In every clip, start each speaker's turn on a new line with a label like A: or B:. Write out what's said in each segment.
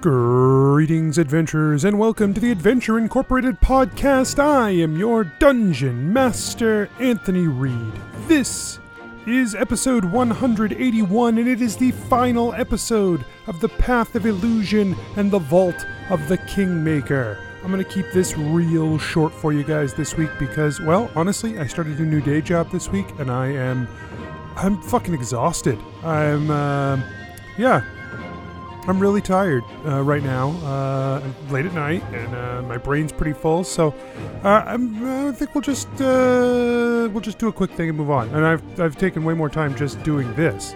A: Greetings, adventurers, and welcome to the Adventure Incorporated podcast. I am your dungeon master, Anthony Reed. This is episode 181, and it is the final episode of The Path of Illusion and the Vault of the Kingmaker. I'm going to keep this real short for you guys this week because, well, honestly, I started a new day job this week, and I am. I'm fucking exhausted. I'm, uh, yeah, I'm really tired uh, right now, uh, late at night, and uh, my brain's pretty full. So uh, I'm, I think we'll just uh, we'll just do a quick thing and move on. And I've I've taken way more time just doing this,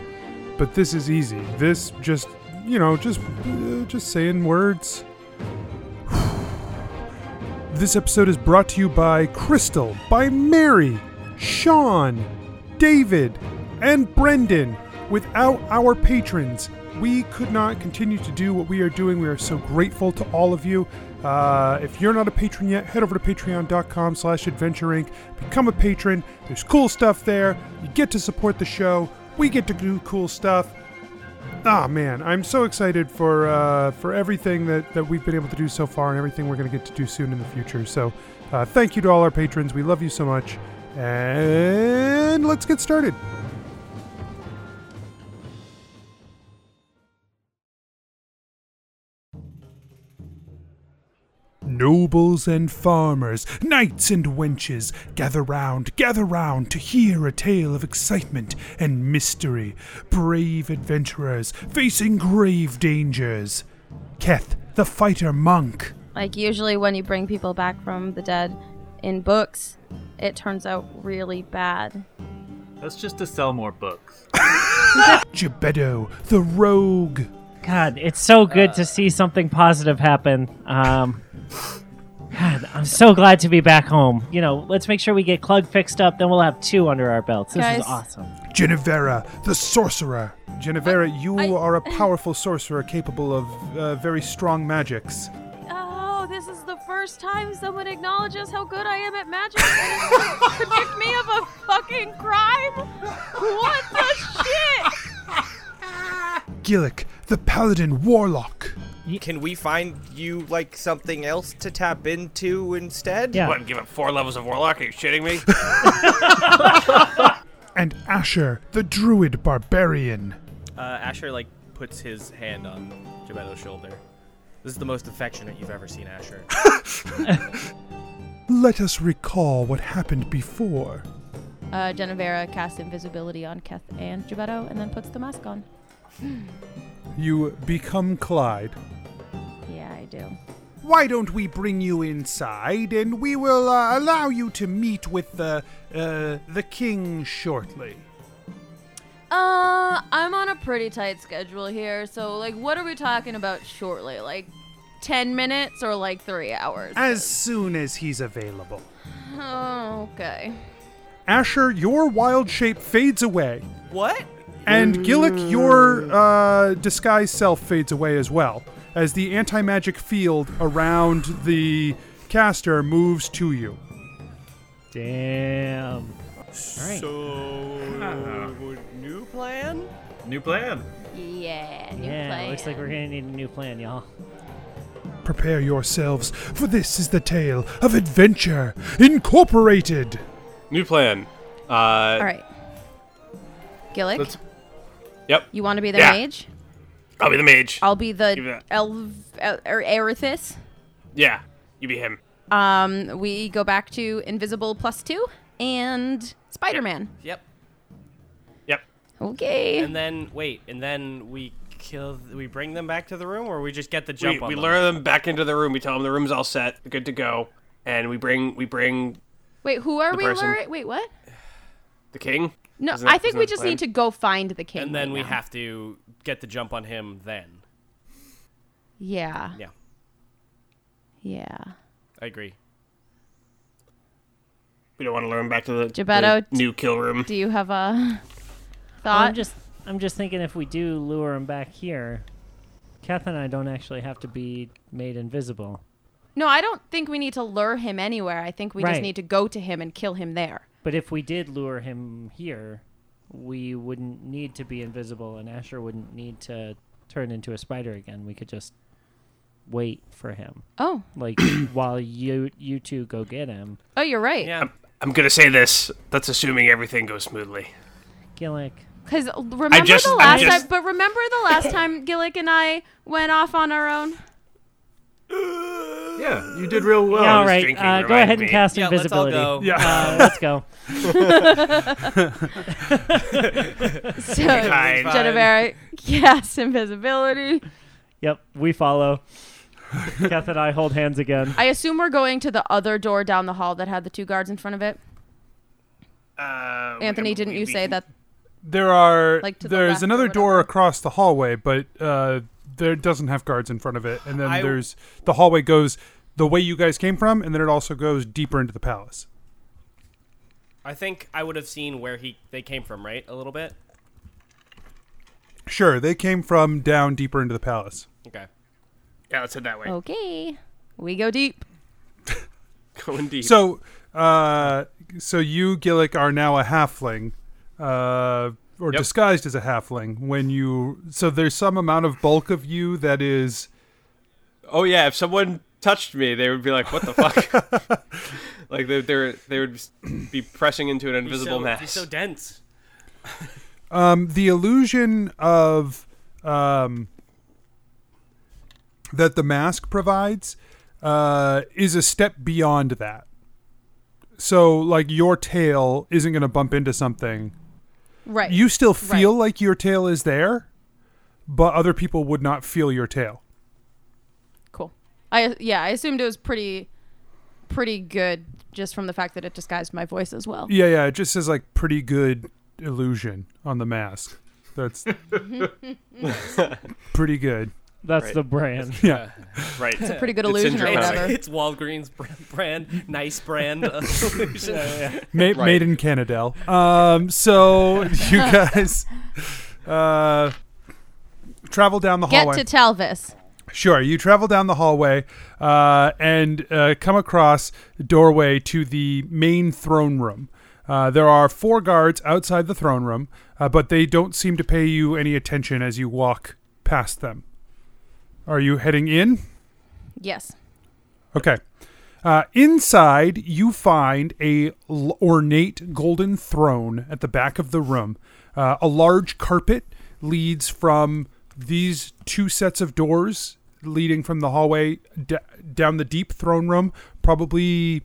A: but this is easy. This just you know just uh, just saying words. This episode is brought to you by Crystal, by Mary, Sean, David, and Brendan. Without our patrons, we could not continue to do what we are doing. We are so grateful to all of you. Uh, if you're not a patron yet, head over to patreon.com slash adventure inc. Become a patron. There's cool stuff there. You get to support the show. We get to do cool stuff. Ah man, I'm so excited for uh, for everything that, that we've been able to do so far and everything we're going to get to do soon in the future. So, uh, thank you to all our patrons. We love you so much, and let's get started. Nobles and farmers, knights and wenches, gather round, gather round to hear a tale of excitement and mystery. Brave adventurers facing grave dangers. Keth, the fighter monk.
B: Like usually when you bring people back from the dead in books, it turns out really bad.
C: That's just to sell more books.
A: Gebedo, the rogue.
D: God, it's so good to see something positive happen. Um, God, I'm so glad to be back home. You know, let's make sure we get Clug fixed up, then we'll have two under our belts. This
B: Guys.
D: is awesome.
A: Genevera, the sorcerer. Genevera, you
B: I-
A: are a powerful sorcerer capable of uh, very strong magics.
B: Oh, this is the first time someone acknowledges how good I am at magic and is to convict me of a fucking crime. What the shit?
A: Gillick, the paladin warlock.
E: Can we find you like something else to tap into instead?
D: Yeah.
F: What, I'm giving four levels of Warlock? Are you shitting me?
A: And Asher, the druid barbarian.
G: Uh, Asher like puts his hand on Gebetto's shoulder. This is the most affectionate you've ever seen Asher.
A: Let us recall what happened before.
B: Uh, Genevera casts invisibility on Keth and Gebetto and then puts the mask on.
A: You become Clyde.
B: Yeah, I do.
A: Why don't we bring you inside and we will uh, allow you to meet with the uh, the king shortly.
B: Uh, I'm on a pretty tight schedule here, so like, what are we talking about shortly? Like, 10 minutes or like three hours?
A: As soon as he's available.
B: Oh, okay.
A: Asher, your wild shape fades away.
E: What?
A: And Gillick,
B: Mm.
A: your uh, disguise self fades away as well, as the anti magic field around the caster moves to you.
D: Damn.
E: So, new plan?
C: New plan.
B: Yeah, new
D: Yeah,
B: plan.
D: looks like we're gonna need a new plan, y'all.
A: Prepare yourselves, for this is the tale of Adventure Incorporated.
F: New plan. Uh,
B: All right. Gillick,
F: Let's- Yep.
B: you want to be the
F: Yeah.
B: mage?
F: I'll be the mage.
B: I'll be
F: Give
B: the
F: it-
B: elv el- er, or Erithis.
F: yeah. You be him.
B: Um, we go back to invisible plus two and Spider Man.
G: Yep.
F: Yep.
B: Okay.
G: And then wait, and then we kill. We bring them back to the room, or we just get the
F: We,
G: jump on
F: we
G: them?
F: lure them back into the room. We tell them the room's all set, good to go, and we bring we bring
B: Wait, who are
F: the
B: we
F: person-
B: luring? Wait, what?
F: the king.
B: No,
F: Isn't that-
B: I think
F: isn't
B: we
F: that the
B: just
F: plan?
B: need to go find the king.
G: And then
B: right
G: we
B: now.
G: have to get the jump on him. Then.
B: Yeah.
G: Yeah,
B: Yeah.
G: I agree.
F: We don't want to lure him back to the,
B: Gebetto,
F: the new kill room.
B: Do you have a
D: Well,
B: thought?
D: I'm just, I'm just thinking if we do lure him back here, Kath and I don't actually have to be made invisible.
B: No, I don't think we need to lure him anywhere. I think we just
D: Right.
B: need to go to him and kill him there.
D: But if we did lure him here, we wouldn't need to be invisible, and Asher wouldn't need to turn into a spider again. We could just wait for him.
B: Oh,
D: Like while you you two go get him,
B: oh, you're right.
G: Yeah.
F: I'm, I'm gonna say this. That's assuming everything goes smoothly.
D: Gillick.
B: Because remember
F: just-
B: the
F: I
B: last
F: just-
B: time, but remember the last time Gillick and I went off on our own.
C: Yeah, you did real well.
D: All
F: was
D: right,
F: Oh, drinking,
D: uh, go
F: remind
D: ahead and
F: me.
D: cast
G: Yeah, let's all
D: invisibility.
G: go.
A: Yeah.
D: Uh, let's go.
B: So
F: Fine.
B: Jennifer cast invisibility.
D: Yep, we follow. Kath and I hold hands again.
B: I assume we're going to the other door down the hall that had the two guards in front of it.
F: Uh,
B: Anthony, didn't you say that?
A: There are
B: Like to the
A: there's
B: left or
A: another door
B: whatever.
A: across the hallway, but uh, there doesn't have guards in front of it. And then
E: I-
A: there's the hallway goes the way you guys came from, and then it also goes deeper into the palace.
G: I think I would have seen where he they came from, right? A little bit.
A: Sure, they came from down deeper into the palace.
G: Okay.
F: Yeah, let's head that way.
D: Oh.
B: Okay, we go deep.
F: Going deep.
A: So, uh, so you Gillick are now a halfling, uh, or disguised as a halfling. When you so there's some amount of bulk of you that is
H: Oh yeah, if someone touched me, they would be like, "What the fuck?" like they they they would be pressing into an
G: He's
H: invisible
G: so,
H: mass.
G: He's so dense.
A: um, the illusion of um, that the mask provides uh, is a step beyond that. So, like your tail isn't going to bump into something.
B: Right.
A: You still feel like your tail is there, but other people would not feel your tail.
B: cool. I yeah, I assumed it was pretty, pretty good just from the fact that it disguised my voice as well.
A: Yeah, yeah. It just says like pretty good illusion on the mask. That's pretty good.
D: That's the brand.
A: Yeah.
F: right.
B: Pretty good
H: It's
B: illusion or
H: interesting.
B: whatever.
G: It's Walgreens br- brand, nice brand. uh, solution.
A: Ma- Made in Canada. Um, so you guys uh, travel down the
B: Get
A: hallway.
B: to Talvis.
A: Sure. You travel down the hallway uh, and uh, come across a doorway to the main throne room. Uh, there are four guards outside the throne room, uh, but they don't seem to pay you any attention as you walk past them. Are you heading in?
B: Yes.
A: Okay. Uh, inside, you find a l- ornate golden throne at the back of the room. Uh, a large carpet leads from these two sets of doors leading from the hallway d- down the deep throne room, probably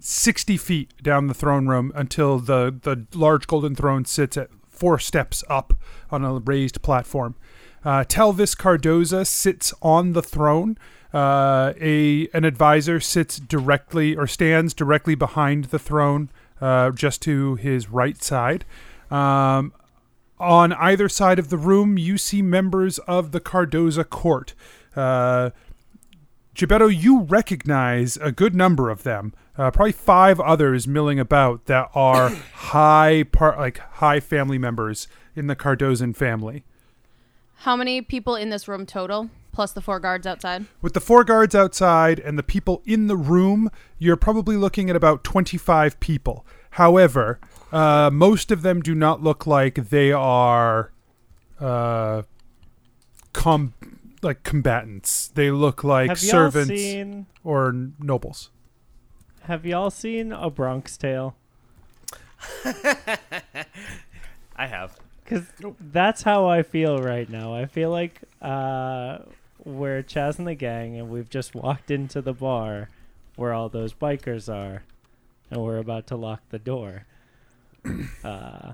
A: 60 feet down the throne room until the, the large golden throne sits at four steps up on a raised platform. Uh, Telvis Cardoza sits on the throne. Uh, a an advisor sits directly or stands directly behind the throne, uh, just to his right side. Um, on either side of the room, you see members of the Cardoza court. Uh, Gebetto, you recognize a good number of them. Uh, probably five others milling about that are high part, like high family members in the Cardozan family.
B: How many people in this room total, plus the four guards outside?
A: With the four guards outside and the people in the room, you're probably looking at about 25 people. However, uh, most of them do not look like they are uh, com- like combatants. They look like
D: Have y'all
A: servants
D: seen?
A: or n- nobles.
D: Have y'all seen a Bronx Tale?
G: I have.
D: Because that's how I feel right now. I feel like uh, we're Chaz and the gang, and we've just walked into the bar where all those bikers are, and we're about to lock the door. Uh,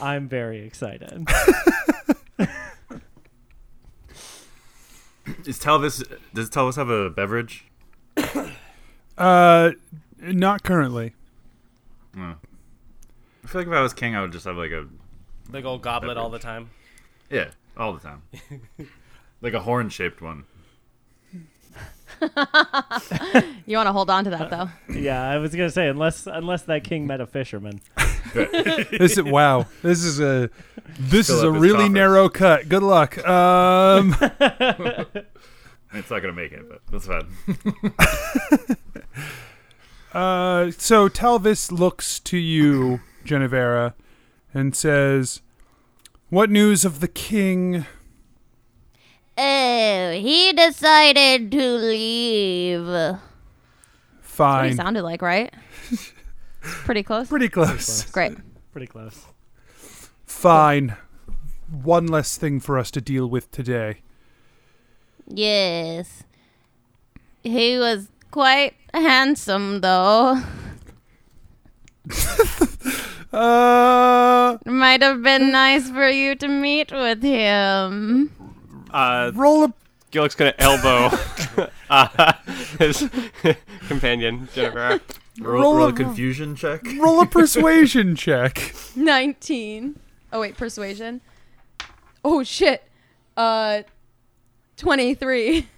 D: I'm very excited.
C: Is Telvis does Telvis have a beverage?
A: Uh, not currently.
C: I feel like if I was king, I would just have like a
G: Big old goblet all the time.
C: yeah all the time, like a horn shaped one.
B: You want to hold on to that though.
D: yeah, I was gonna say unless unless that king met a fisherman.
A: This is wow. This is a this
C: Fill
A: is
C: up
A: a
C: his
A: really
C: coffers.
A: narrow cut. Good luck. Um,
C: It's not gonna make it, but that's fine.
A: Uh, so Talvis looks to you, Genevera, and says, "What news of the king?"
B: Oh,
I: he decided to leave.
B: What he
A: Fine.
B: sounded like, right? It's pretty close.
A: Pretty close.
B: Great.
D: Pretty close.
A: Fine. One less thing for us to deal with today.
I: Yes. He was quite handsome, though.
A: Uh,
I: Might have been nice for you to meet with him.
H: Uh,
A: roll a
H: Gillick's gonna elbow uh, his companion Jennifer.
C: Roll,
A: Roll
C: roll
A: a-
C: a confusion check.
A: roll a persuasion check.
B: 19. Oh, wait, persuasion. Oh, shit. Uh, 23.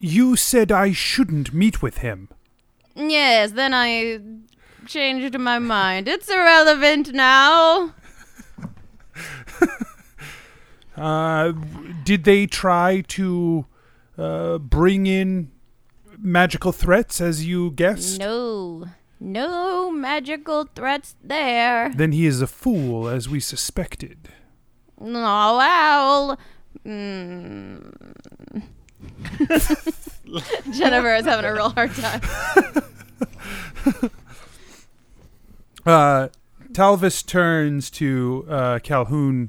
A: You said I shouldn't meet with him.
I: Yes, then I changed my mind. It's irrelevant now.
A: Uh, did they try to uh, bring in magical threats, as you guessed?
I: No. No magical threats there.
A: Then he is a fool, as we suspected.
I: No owl. Mm.
B: Jennifer is having a real hard time.
A: Uh, Talvis turns to uh, Calhoun,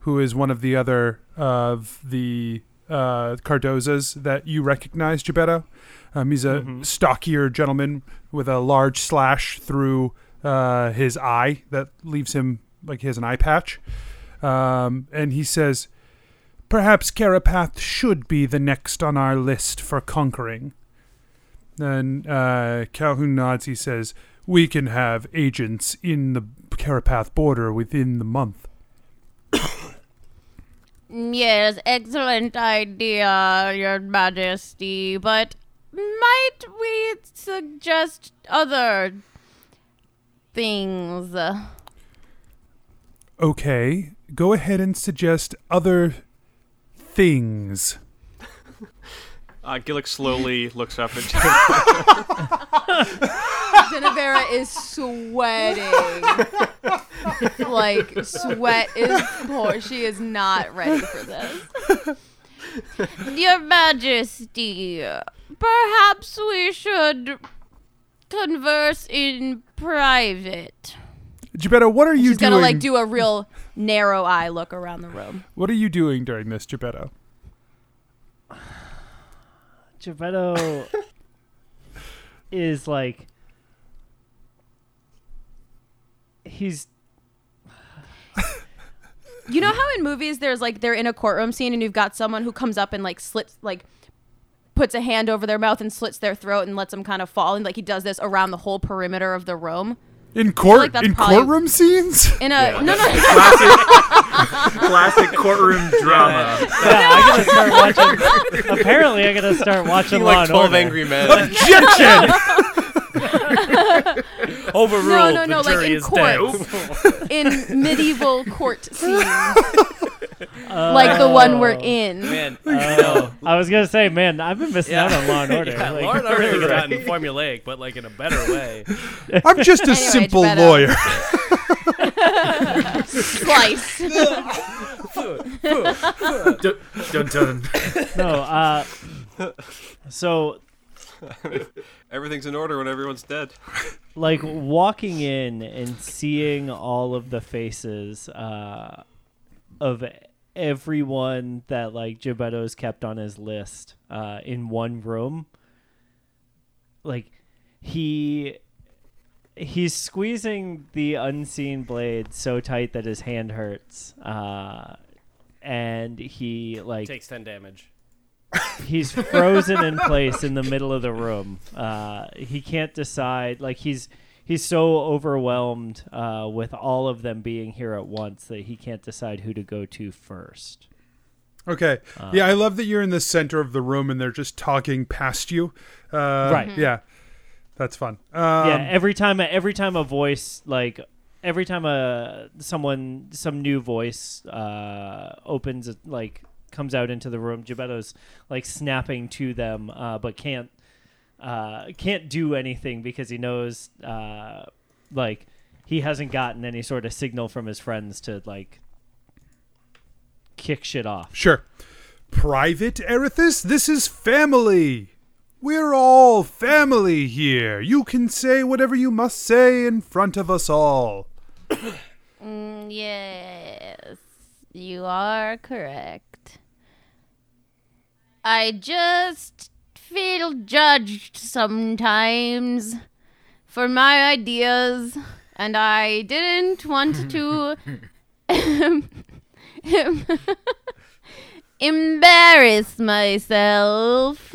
A: who is one of the other of the uh, Cardozas that you recognize, Gebetto. Um, he's a stockier gentleman with a large slash through uh, his eye that leaves him like he has an eye patch. Um, and he says, Perhaps Carapath should be the next on our list for conquering. And uh, Calhoun nods. He says, "We can have agents in the Carapath border within the month."
I: Yes, excellent idea, Your Majesty, but might we suggest other things?
A: Okay, go ahead and suggest other things.
H: Uh, Gillick slowly looks up at Jennifer.
B: Genevera is sweating. like, sweat is poor. She is not ready for this.
I: Your Majesty, perhaps we should converse in private.
A: Gebetto, what are you
B: She's
A: doing?
B: gonna, like, do a real narrow eye look around the room.
A: what are you doing during this, Gebetto?
D: Geppetto is like he's
B: You know how in movies there's like they're in a courtroom scene and you've got someone who comes up and like slits like puts a hand over their mouth and slits their throat and lets them kind of fall and like he does this around the whole perimeter of the room
A: In court,
B: like that's
A: in
B: probably-
A: courtroom scenes.
B: in a no no
C: Classic, classic courtroom drama.
D: yeah, I gotta start watching. Apparently, I gotta start watching Law
H: like
D: and
H: twelve
D: Order.
H: angry men.
A: Objection!
G: Overruled.
B: no no
G: the
B: no like
G: jury
B: in
G: is dead.
B: court in medieval court scenes like the one we're
D: Oh.
B: in
G: Man, uh,
D: Oh, I was gonna say, man, I've been missing out on Law and Order.
G: yeah,
D: Like,
G: Law and Order has
D: really
G: gotten formulaic, but like in a better way.
A: I'm just a
B: Anyway,
A: simple
B: Gebetto.
A: lawyer.
B: slice
C: Dun, dun, dun.
D: good. no, uh, so
H: Everything's in order when everyone's dead.
D: like walking in and seeing all of the faces uh, of everyone that like Gebetto's kept on his list uh, in one room. Like he he's squeezing the unseen blade so tight that his hand hurts. Uh, and he like
G: Takes ten damage.
D: he's frozen in place in the middle of the room. Uh, he can't decide. Like he's he's so overwhelmed uh, with all of them being here at once that he can't decide who to go to first.
A: Okay. yeah, I love that you're in the center of the room and they're just talking past you. Uh,
D: Right.
B: Mm-hmm.
D: Mhm.
A: Yeah, that's fun. Um,
D: yeah. Every time, every time a voice like. Every time a someone some new voice uh, opens like comes out into the room, Gebetto's like snapping to them, uh, but can't uh, can't do anything because he knows uh, like he hasn't gotten any sort of signal from his friends to like kick shit off.
A: Sure. Private Erithus, this is family. We're all family here. You can say whatever you must say in front of us all.
I: Yes, you are correct. I just feel judged sometimes for my ideas, and I didn't want to embarrass myself.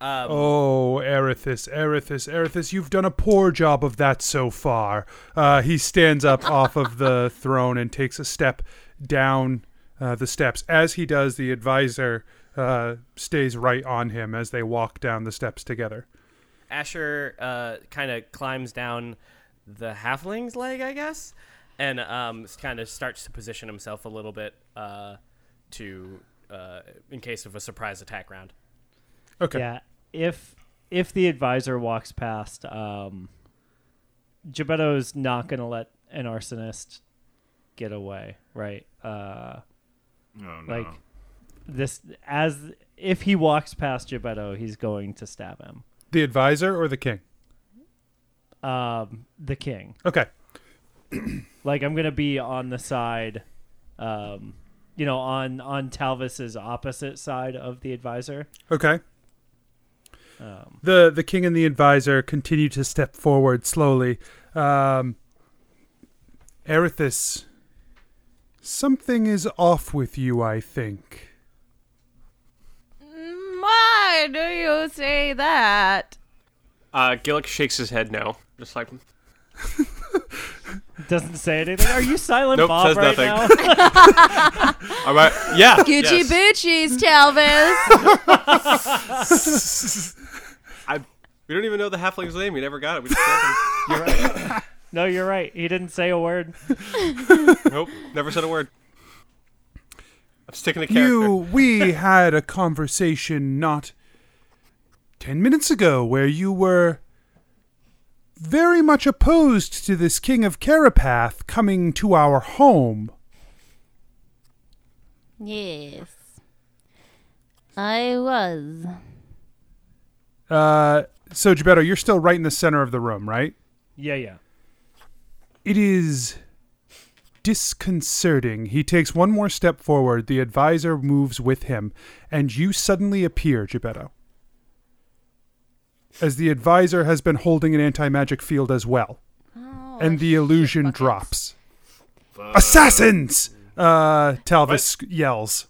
G: Um,
A: Oh, Erithus, Erithus, Erithus, you've done a poor job of that so far. Uh, he stands up off of the throne and takes a step down uh, the steps. As he does, the advisor uh, stays right on him as they walk down the steps together.
G: Asher uh, kind of climbs down the halfling's leg, I guess, and um, kind of starts to position himself a little bit uh, to uh, in case of a surprise attack round.
A: Okay.
D: Yeah. If if the advisor walks past, um Gebetto's not gonna let an arsonist get away, right? Uh
C: Oh, no.
D: like this as if he walks past Gebetto, he's going to stab him.
A: The advisor or the king?
D: Um the king.
A: Okay.
D: Like I'm gonna be on the side um you know, on on Talvis's opposite side of the advisor.
A: Okay. the the king and the advisor continue to step forward slowly. Um, Erithus, something is off with you. I think
I: Why do you say that?
H: Uh, Gillick shakes his head no. Just like,
D: Doesn't say anything. Are you silent
H: Nope,
D: Bob right
H: says nothing.
D: now?
H: all right, yeah.
I: Gucci
H: yes.
I: Bucci's Talvis.
H: I, we don't even know the halfling's name. We never got it. We just grabbed
D: no, you're right. He didn't say a word.
H: him. nope, never said a word. I'm sticking to character.
A: you. We had a conversation not ten minutes ago where you were very much opposed to this king of Carapath coming to our home.
I: yes, I was.
A: Uh, so Gebetto, you're still right in the center of the room, right?
D: Yeah, yeah.
A: It is disconcerting. He takes one more step forward. The advisor moves with him, and you suddenly appear, Gebetto. As the advisor has been holding an anti magic field as well,
B: Oh,
A: and the illusion drops. Assassins! Uh, Talvis yells.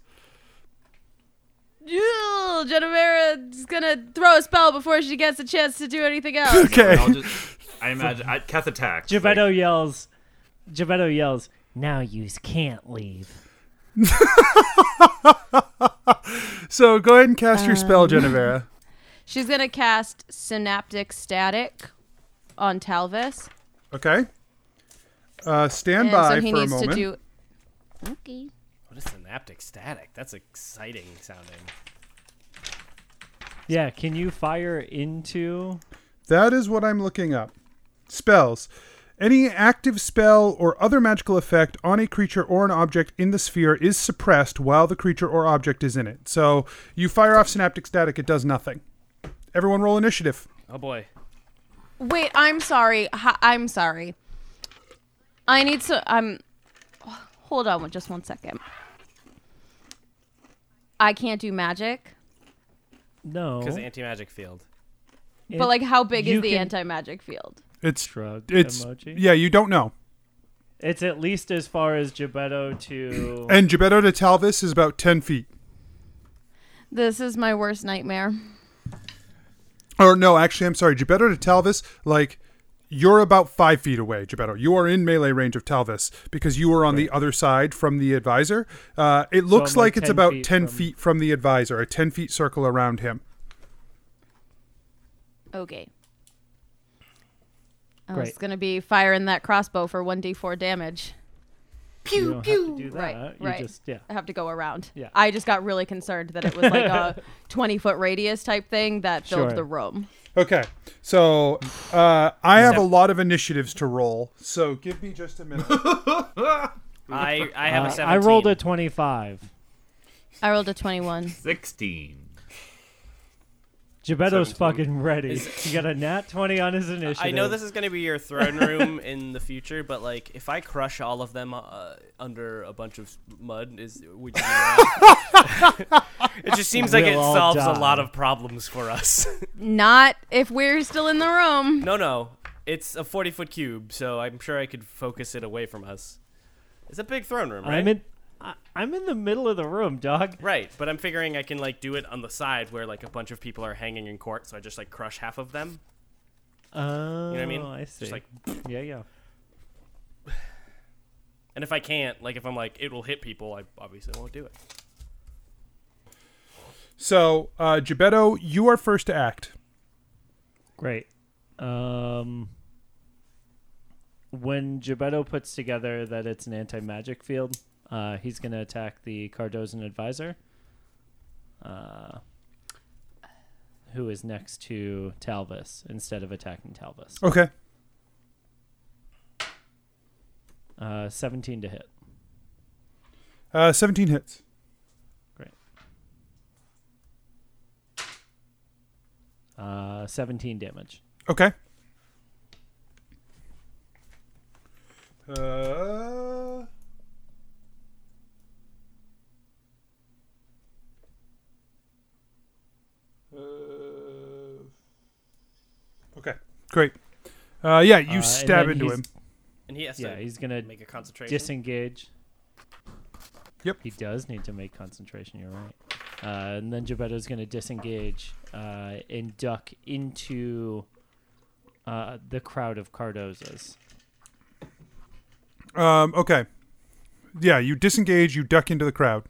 B: Ew, Genevera's gonna throw a spell before she gets a chance to do anything else.
A: Okay.
C: I'll just, I imagine I cast attacks.
D: Gebetto yells. Gebetto yells. Now yous can't leave.
A: So go ahead and cast your spell,
B: Um.
A: Genevera.
B: She's gonna cast synaptic static on Talvis.
A: Okay. Uh, stand
B: And
A: by
B: so he
A: for
B: needs
A: a moment.
B: to do
I: Okay.
G: What is synaptic static? That's exciting sounding.
D: Yeah, can you fire into?
A: That is what I'm looking up. Spells. Any active spell or other magical effect on a creature or an object in the sphere is suppressed while the creature or object is in it. So you fire off synaptic static, it does nothing. Everyone roll initiative.
G: Oh boy.
B: Wait, I'm sorry. Hi- I'm sorry. I need to. I'm. Hold on, one- just one second. I can't do magic,
D: No.
G: Because anti magic field.
D: It-
B: but like, how big
D: you
B: is the
D: can-
B: anti magic field?
A: It's
D: Shrug
A: it's
D: emoji?
A: yeah, you don't know.
D: It's at least as far as Gebetto to.
A: And Gebetto to Talvis is about ten feet.
B: This is my worst nightmare.
A: Or no, actually, I'm sorry. Gebetto to Talvis, like you're about five feet away, Gebetto. You are in melee range of Talvis because you are on the other side from the advisor. Uh, it looks
D: I'm, like,
A: like, it's
D: 10
A: about
D: feet
A: ten
D: from-
A: feet from the advisor, a ten feet circle around him.
B: Okay. I was
D: Great.
B: gonna be firing that crossbow for one d4 damage.
D: You don't have to do that.
B: Right,
D: you
B: right.
D: just yeah.
B: I have to go around.
D: Yeah.
B: I just got really concerned that it was like a 20 foot radius type thing that filled
D: Sure.
B: the room.
A: Okay, so uh, I have a lot of initiatives to roll, so give me just a minute.
G: I I have
D: Uh,
G: a seventeen.
D: I rolled a twenty-five.
B: I rolled a 21.
C: 16.
D: Gebetto's
F: 17.
D: fucking ready. he got a nat 20 on his initiative.
G: I know this is going to be your throne room in the future, but like if I crush all of them uh, under a bunch of mud, is would you be mad? it just seems like it
D: We'll all
G: solves
D: die.
G: a lot of problems for us.
B: Not if we're still in the room.
G: no, no, it's a forty foot cube, so I'm sure I could focus it away from us. It's a big throne room, right?
D: I'm in, I, I'm in the middle of the room, dog.
G: Right, but I'm figuring I can like do it on the side where like a bunch of people are hanging in court, so I just like crush half of them.
D: Oh,
G: You know what I mean?
D: I see.
G: Just like,
D: yeah, yeah.
G: and if I can't, like if I'm like it will hit people, I obviously won't do it.
A: So, uh, Gebetto, you are first to act.
D: Great. Um, when Gebetto puts together that it's an anti magic field, uh, he's going to attack the Cardozan advisor, uh, who is next to Talvis, instead of attacking Talvis.
A: Okay.
D: Uh, 17 to hit.
A: Uh, 17 hits.
D: Uh, 17 damage.
A: Okay. Uh, okay. Great. Uh, yeah,
D: Uh,
A: you
D: and
A: stab
D: then
A: into
D: he's-
A: him.
G: And he has
D: Yeah,
G: to
D: he's going to
G: make a concentration.
D: disengage.
A: Yep.
D: He does need to make concentration. You're right. Uh, and then Gebetto's going to disengage uh, and duck into uh, the crowd of Cardozas.
A: Um, okay. Yeah, you disengage, you duck into the crowd.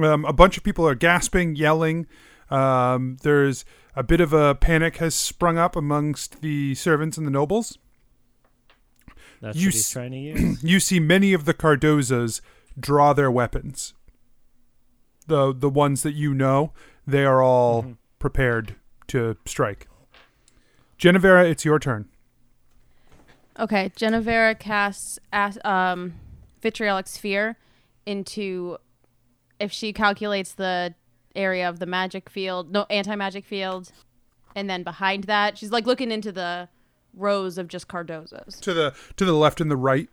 A: Um, a bunch of people are gasping, yelling. Um, there's a bit of a panic has sprung up amongst the servants and the nobles.
D: That's
A: You
D: what he's
A: s-
D: trying to use.
A: You see many of the Cardozas draw their weapons. The the ones that you know, they are all prepared to strike. Genevera, it's your turn.
B: Okay, Genevera casts as, um, vitriolic sphere into if she calculates the area of the magic field, no anti magic field, and then behind that, she's like looking into the rows of just Cardozos.
A: To the to the left and the right.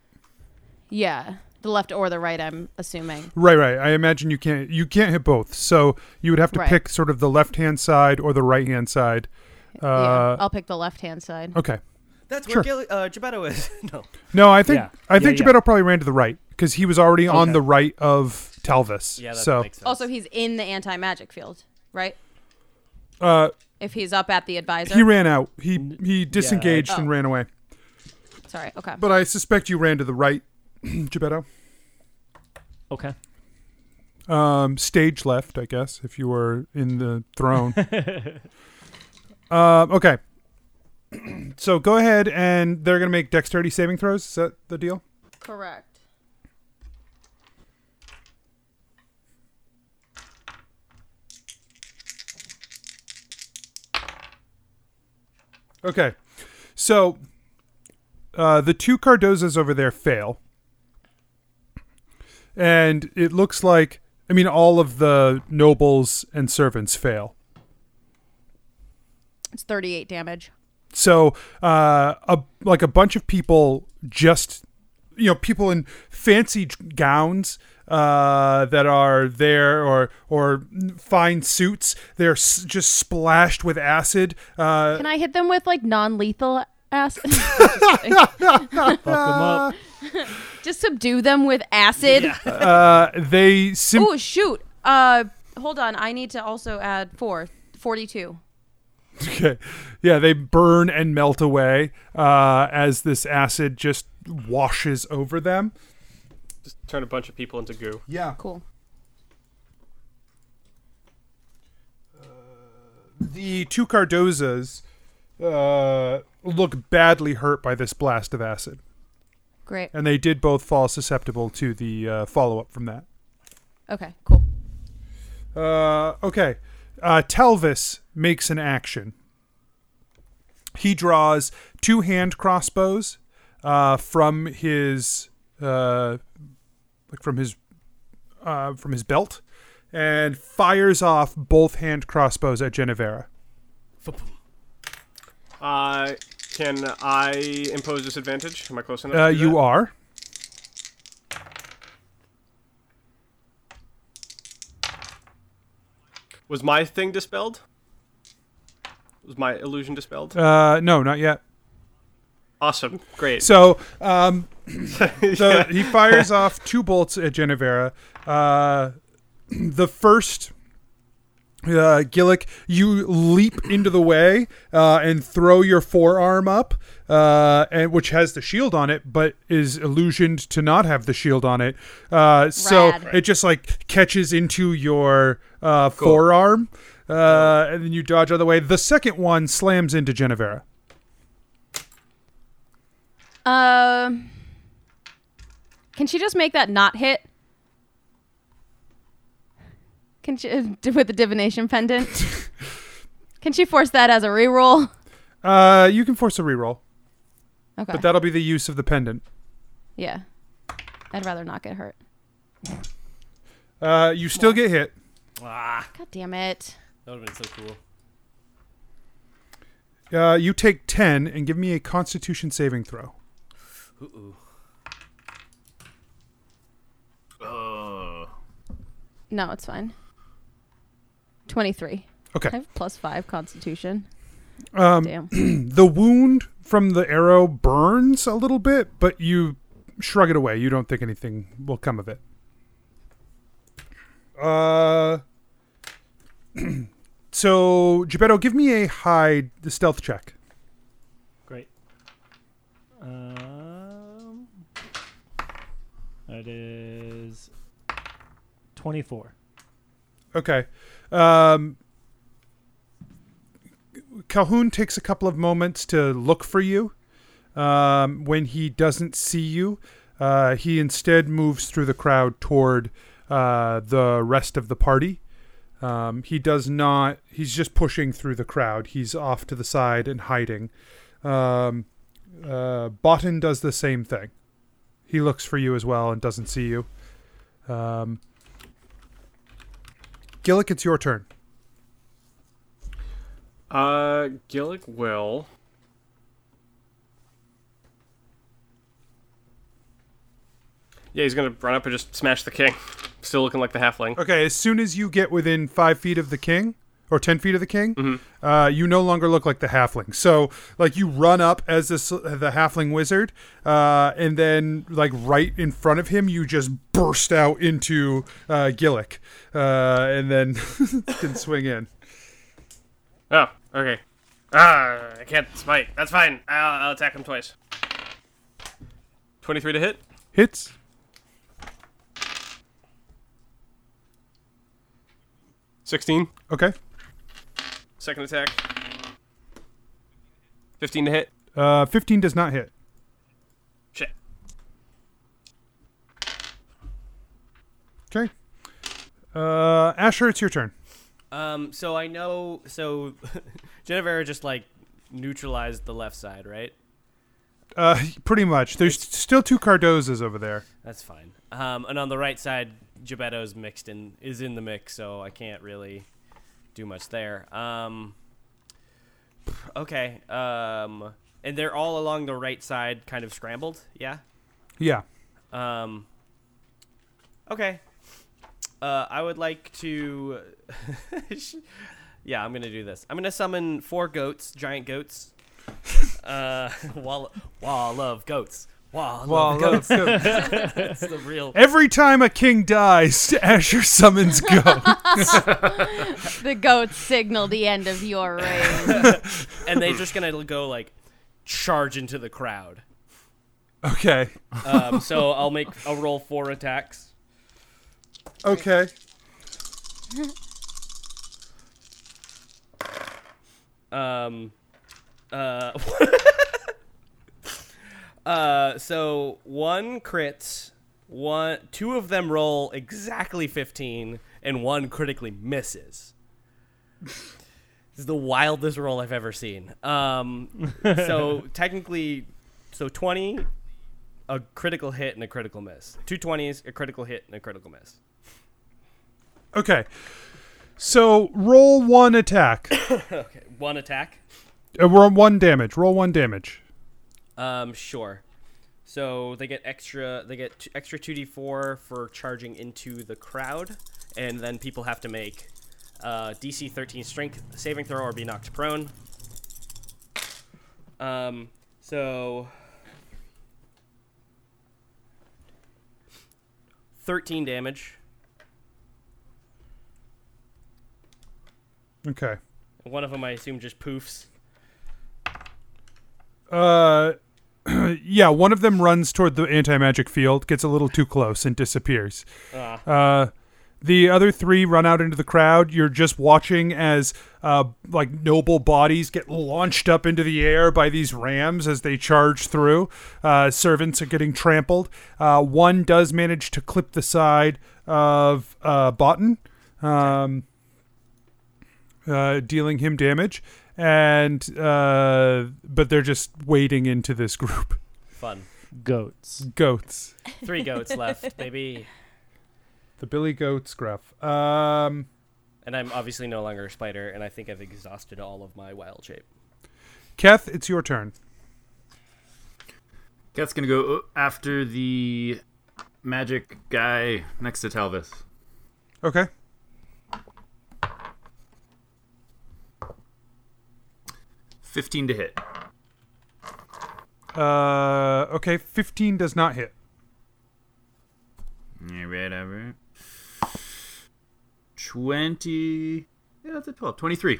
B: Yeah, the left or the right, I'm assuming.
A: Right, right. I imagine you can't you can't hit both. So you would have to
B: Right.
A: pick sort of the left hand side or the right hand side.
B: yeah, Oh.
A: Uh,
B: I'll pick the left hand side.
A: okay.
G: That's
A: Sure.
G: where Gil- uh, Gebetto is. no.
A: No, I think
D: Yeah.
A: I think
D: Yeah,
A: Gebetto
D: yeah.
A: probably ran to the right because he was already on the right of Talvis.
G: Yeah, that
A: so
G: makes sense.
B: Also, he's in the anti magic field, right?
A: uh,
B: If he's up at the advisor.
A: he ran out. He he disengaged and
B: Oh.
A: ran away.
B: Sorry. Okay.
A: But I suspect you ran to the right, Gebetto.
D: Okay.
A: Um, stage left, I guess, if you were in the throne. um, okay. so go ahead and they're gonna make dexterity saving throws. Is that the deal?
B: Correct.
A: Okay. So uh, the two Cardozas over there fail. And it looks like, I mean, all of the nobles and servants fail.
B: It's 38 damage.
A: So, uh, a, like a bunch of people just, you know, people in fancy dr- gowns uh, that are there or or fine suits, they're s- just splashed with acid. Uh,
B: Can I hit them with like non lethal acid?
D: Fuck him up.
B: Just subdue them with acid?
A: uh, they sim-
B: Oh, shoot. Uh, hold on. I need to also add four. 42.
A: Okay. Yeah, they burn and melt away uh, as this acid just washes over them.
F: Just turn a bunch of people into goo.
A: Yeah.
B: Cool.
A: The two Cardozas uh, look badly hurt by this blast of acid,
B: Great.
A: and they did both fall susceptible to the uh, follow up from that.
B: Okay, cool.
A: Uh, okay. Uh, Telvis makes an action. He draws two hand crossbows uh, from his uh, like from his uh, from his belt, and fires off both hand crossbows at Genevera.
H: Uh, can I impose disadvantage? Am I close enough?
A: Uh, you are.
H: Was my thing dispelled? Was my illusion dispelled?
A: Uh, no, not yet.
H: awesome. Great.
A: So um, the, he fires off two bolts at Genevera. Uh, the first, uh, Gillick, you leap into the way uh, and throw your forearm up, uh, and which has the shield on it, but is illusioned to not have the shield on it. Uh, so
B: Rad.
A: it just like catches into your uh, forearm, uh, and then you dodge out of the way. The second one slams into Genevera.
B: Um, can she just make that not hit? Can she with the divination pendant? can she force that as a reroll?
A: Uh, you can force a reroll.
B: Okay.
A: But that'll be the use of the pendant.
B: yeah. I'd rather not get hurt.
A: Uh, you still get hit.
G: Ah,
B: God damn it.
G: that would have been so cool.
A: Uh, you take 10 and give me a constitution saving throw.
G: Ooh,
C: Oh.
B: No, it's fine. 23. I
A: Okay.
B: have plus 5 constitution.
A: Um,
B: Damn.
A: the wound from the arrow burns a little bit, but you shrug it away. You don't think anything will come of it. Uh, so, Geppetto, give me a hide stealth check.
D: Great. Um, that is 24.
A: Okay. Um, Calhoun takes a couple of moments to look for you. Um, when he doesn't see you, uh, he instead moves through the crowd toward uh, the rest of the party. Um, he does not. He's just pushing through the crowd. He's off to the side and hiding. Um, uh, Botan does the same thing. He looks for you as well and doesn't see you. Um, Gillick, it's your turn.
H: Uh, Gillick will. Yeah, he's gonna run up and just smash the king. Still looking like the halfling.
A: Okay, as soon as you get within five feet of the king or ten feet of the king, uh, you no longer look like the halfling. So, like, you run up as this the halfling wizard, uh, and then like right in front of him, you just burst out into uh, Gillick, uh, and then can swing in.
H: Oh, okay. Ah, I can't smite. That's fine. Uh, I'll, I'll attack him twice. 23 to hit.
A: Hits.
H: Sixteen.
A: Okay.
H: Second attack. 15 to hit.
A: Uh, Fifteen does not hit.
H: Shit.
A: Okay. Uh, Asher, it's your turn.
G: Um, so I know. So Genevera just like neutralized the left side, right?
A: Uh, pretty much. There's still two Cardozas over there.
G: That's fine. Um, and on the right side, Gebetto's mixed in is in the mix, so I can't really do much there. Um, okay. Um, and they're all along the right side, kind of scrambled. Yeah.
A: Yeah.
G: Um, okay. Uh, I would like to. yeah, I'm gonna do this. I'm gonna summon four goats, giant goats. uh, wall, wall of goats. Wall,
A: Well,
G: of goats.
A: let's go.
G: That's the real.
A: Every time a king dies, Asher summons goats.
B: The goats signal the end of your reign.
G: and they're just gonna go like charge into the crowd.
A: okay.
G: Um, so I'll make a roll four attacks.
A: Okay.
G: Um, uh, uh, so one crits, one two of them roll exactly fifteen, and one critically misses. This is the wildest roll I've ever seen. Um, so technically, so twenty, a critical hit and a critical miss. Two twenties, a critical hit and a critical miss.
A: Okay. So roll one attack.
G: One attack.
A: Uh, roll one damage. Roll one damage.
G: Um, sure. So they get extra. They get t- extra two d four for charging into the crowd, and then people have to make uh, DC thirteen strength saving throw or be knocked prone. Um. So. 13 damage.
A: Okay.
G: One of them, I assume, just poofs.
A: Uh, yeah. One of them runs toward the anti magic field, gets a little too close, and disappears.
G: Ah,
A: Uh, the other three run out into the crowd. You're just watching as uh, like noble bodies get launched up into the air by these rams as they charge through. Uh, servants are getting trampled. Uh, one does manage to clip the side of uh, Botan. Um, uh, dealing him damage, and uh, but they're just wading into this group.
G: Fun.
D: Goats.
A: Goats,
G: Three goats left, baby.
A: the Billy Goats gruff. Um,
G: And I'm obviously no longer a spider, and I think I've exhausted all of my wild shape.
A: Keth, it's your turn.
C: Cat's gonna go uh, after the magic guy next to Talvis.
A: Okay,
C: Fifteen to hit.
A: uh, okay, fifteen does not hit.
C: Yeah, whatever. Twenty. Yeah, that's a twelve. Twenty-three.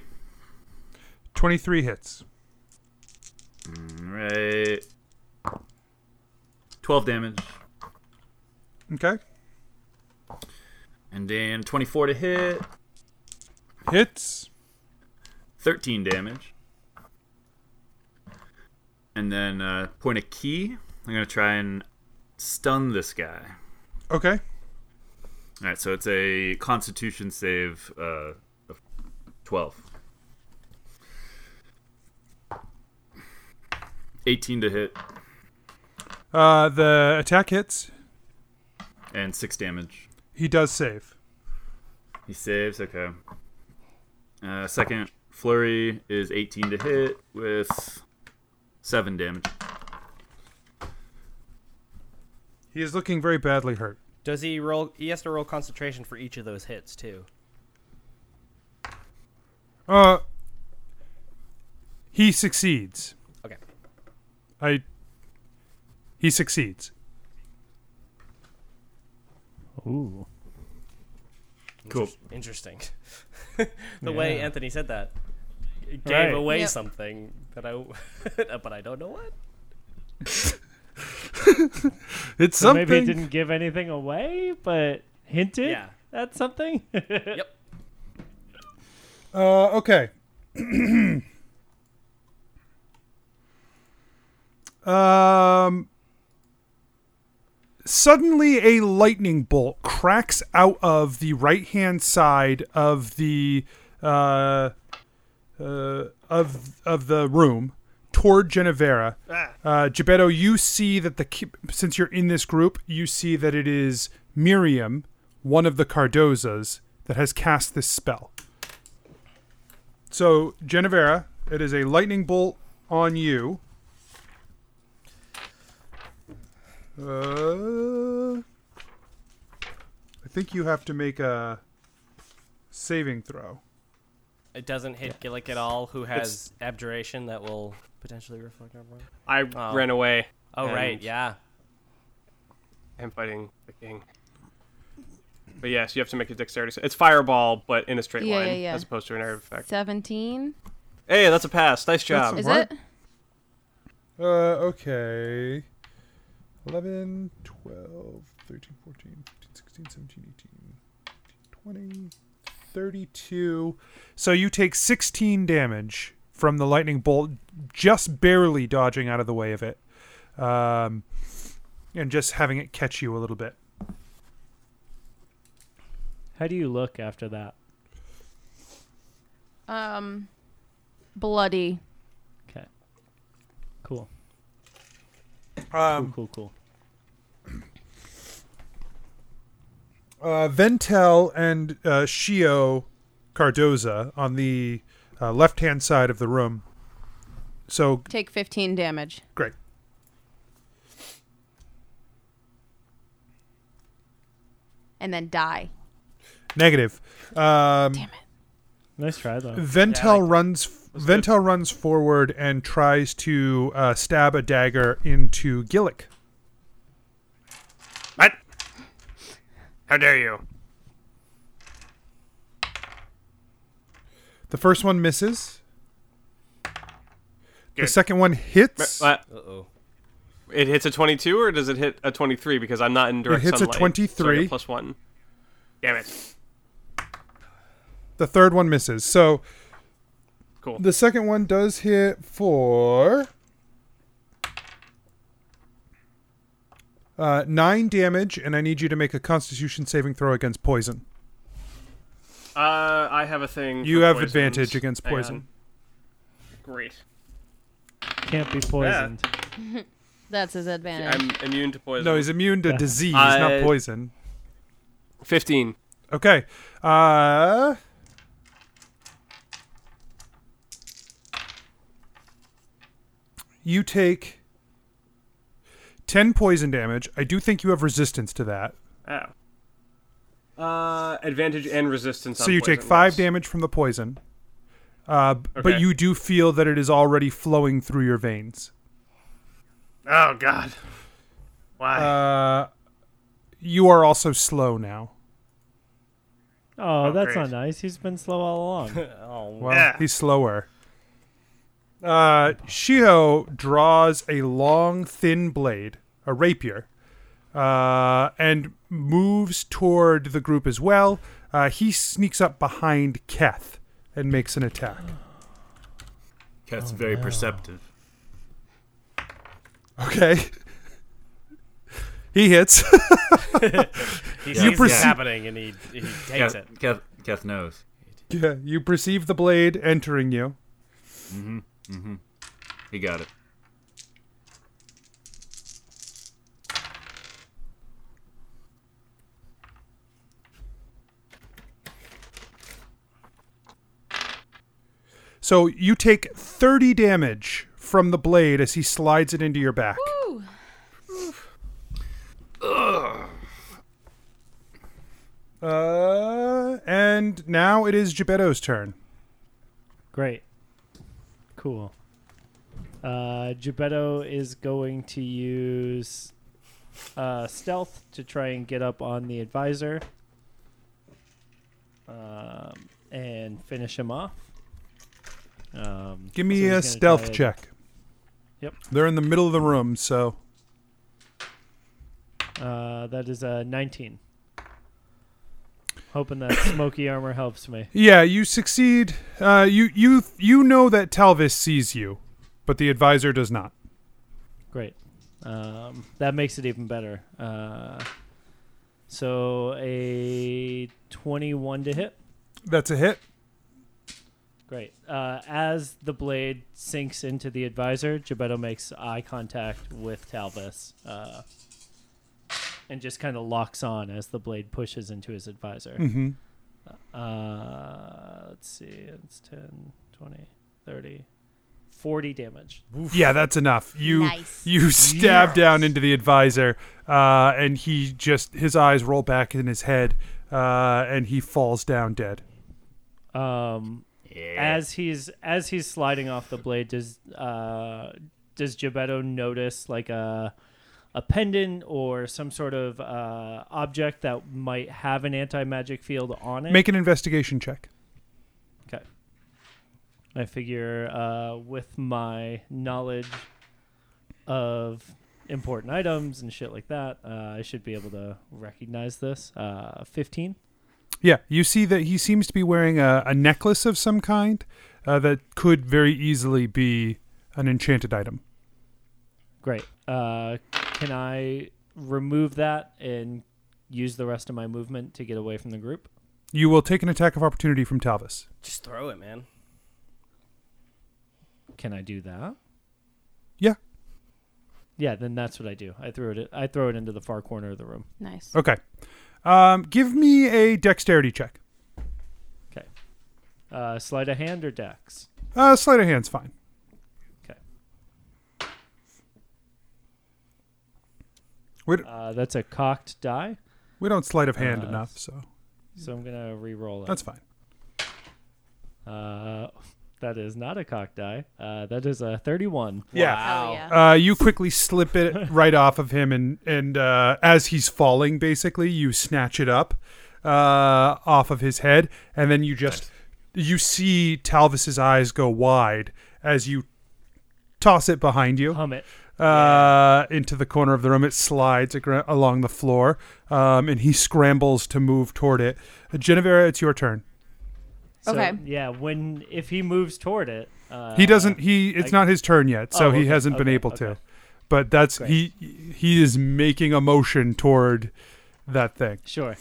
A: Twenty-three hits.
C: Right. Twelve damage,
A: Okay,
C: and then twenty-four to hit.
A: hits.
C: Thirteen damage, and then uh, point a key. I'm gonna try and stun this guy.
A: Okay,
C: All right, so it's a Constitution save uh, of twelve. Eighteen to hit
A: uh, the attack hits.
C: and six damage.
A: He does save.
C: He saves. Okay. Uh, second flurry is eighteen to hit with seven damage.
A: He is looking very badly hurt.
G: Does he roll? He has to roll concentration for each of those hits too.
A: Uh, he succeeds.
G: Okay.
A: I. He succeeds.
D: Ooh.
C: Cool.
G: Interesting. the way
D: Yeah.
G: Anthony said that it gave
D: Right.
G: away
B: Yep.
G: something that I, but I don't know what.
A: It's
D: So
A: something.
D: maybe it didn't give anything away, but hinted
G: Yeah.
D: at something.
A: Uh, okay. um. Suddenly, a lightning bolt cracks out of the right-hand side of the uh, uh, of of the room toward Genevera. Uh, Gebetto, you see that the ki- since you're in this group, you see that it is Miriam, one of the Cardozas, that has cast this spell. So, Genevera, it is a lightning bolt on you. Uh, I think you have to make a saving throw.
G: It doesn't hit Gillick at all, who has abjuration that will potentially reflect on. Ron.
F: I
G: Oh.
F: ran away.
G: Oh
F: And-
G: right, yeah.
F: I'm fighting the king. But yes, you have to make a dexterity. sa- It's fireball, but in a straight
I: Yeah,
F: line,
I: yeah, yeah.
F: as opposed to an arrow effect.
I: 17.
F: Hey, that's a pass. Nice job.
I: Is
A: What?
I: it?
A: Uh, okay. 11, 12, 13, 14, 15, 16, 17, 18, 20, 32. So you take 16 damage from the lightning bolt, just barely dodging out of the way of it. Um, and just having it catch you a little bit.
D: How do you look after that?
B: Um, bloody.
D: Okay. Cool.
A: Um,
D: cool, cool.
A: Uh, Ventel and uh, Shio Cardoza on the uh, left hand side of the room. So
B: Take 15 damage.
A: great.
B: And then die.
A: Negative. Um,
D: Nice try though.
A: Ventel runs. Ventel runs forward and tries to uh, stab a dagger into Gillick.
F: What? How dare you?
A: The first one misses. The
F: Good.
A: second one hits.
F: Uh,
G: Uh oh.
F: it hits a 22 or does it hit a 23? Because I'm not in direct
A: hits a
F: sunlight, so I get
A: 23.
F: plus one. Damn it.
A: The third one misses. So
F: Cool.
A: the second one does hit for uh, nine damage, and I need you to make a Constitution saving throw against poison.
F: Uh, I have a thing.
A: You
F: for
A: have
F: poisons.
A: advantage against
F: Hang on.
A: poison.
F: Great.
D: Can't be poisoned.
I: That's his advantage.
F: I'm immune to poison.
A: No, he's immune to disease, not
F: I-
A: poison.
F: 15.
A: Okay. Uh, you take ten poison damage. I do think you have resistance to that.
F: Oh. Uh, advantage and resistance.
A: So
F: on
A: you
F: poison,
A: take five
F: yes.
A: damage from the poison, uh, b- but
F: Okay.
A: you do feel that it is already flowing through your veins.
F: Oh God. Why?
A: Uh, you are also slow now.
D: Oh,
F: Oh,
D: that's
F: great.
D: not nice. He's been slow all along.
A: Well,
F: Yeah.
A: he's slower. Uh, Shio draws a long, thin blade, a rapier, uh, and moves toward the group as well. Uh, he sneaks up behind Keth and makes an attack.
C: Cat's very perceptive.
A: Okay. he hits.
G: He sees what's
A: perceive-
G: happening and he, he takes it.
C: Keth, Keth, Keth knows.
A: Yeah, you perceive the blade entering you.
C: He got it.
A: So you take 30 damage from the blade as he slides it into your back. Uh, and now it is Gebetto's turn.
D: Great. Cool. Uh, Gebetto is going to use uh, stealth to try and get up on the advisor um, and finish him off. Um,
A: Give
D: so
A: me
D: he's
A: a
D: gonna
A: stealth
D: try and-
A: check.
D: Yep.
A: They're in the middle of the room, so
D: Uh, that is a 19. Hoping that smoky armor helps me.
A: yeah, you succeed. Uh, you you you know that Talvis sees you, but the advisor does not.
D: Great. Um, that makes it even better. Uh, so a 21 to hit.
A: That's a hit.
D: Great. Uh, as the blade sinks into the advisor, Gebetto makes eye contact with Talvis uh, and just kind of locks on as the blade pushes into his advisor.
A: Mm-hmm.
D: Uh, let's see. It's 10, 20, 30, 40 damage.
A: Yeah, that's enough. You
I: Nice.
A: you stab down into the advisor, uh, and he just his eyes roll back in his head, uh, and he falls down dead.
D: Um, As he's as he's sliding off the blade, does uh, does Gebetto notice like a a pendant or some sort of uh, object that might have an anti magic field on it?
A: Make an investigation check.
D: okay. I figure uh, with my knowledge of important items and shit like that, uh, I should be able to recognize this. Uh, Fifteen.
A: Yeah, you see that he seems to be wearing a, a necklace of some kind uh, that could very easily be an enchanted item.
D: Great. Uh, can I remove that and use the rest of my movement to get away from the group?
A: You will take an attack of opportunity from Talvis.
G: Just throw it, man.
D: Can I do that?
A: Yeah. Oh,
D: Yeah, then that's what I do. I throw it. I throw it into the far corner of the room.
B: Nice.
A: Okay. Um, give me a dexterity check.
D: Okay. Uh, sleight of hand or dex?
A: Uh, sleight of hand's fine.
D: Okay.
A: We d-
D: Uh, that's a cocked die,
A: we don't sleight of hand
D: uh,
A: enough, so
D: so I'm gonna re-roll it.
A: that's fine.
D: Uh, that is not a cocked die. Uh, that is a 31.
A: Yeah.
B: Oh yeah.
A: Uh, you quickly slip it right off of him, and and uh, as he's falling, basically, you snatch it up uh, off of his head, and then you just you see Talvis's eyes go wide as you toss it behind you
D: Hum it.
A: uh, into the corner of the room. It slides agra- along the floor, um, and he scrambles to move toward it. Genevera, it's your turn.
D: So,
B: Okay.
D: Yeah, when if he moves toward it, uh,
A: He doesn't. He it's
D: I-
A: not his turn yet, so
D: Oh,
A: he
D: okay,
A: hasn't been
D: okay,
A: able to.
D: okay.
A: But that's he. He is making a motion toward that thing.
D: Sure.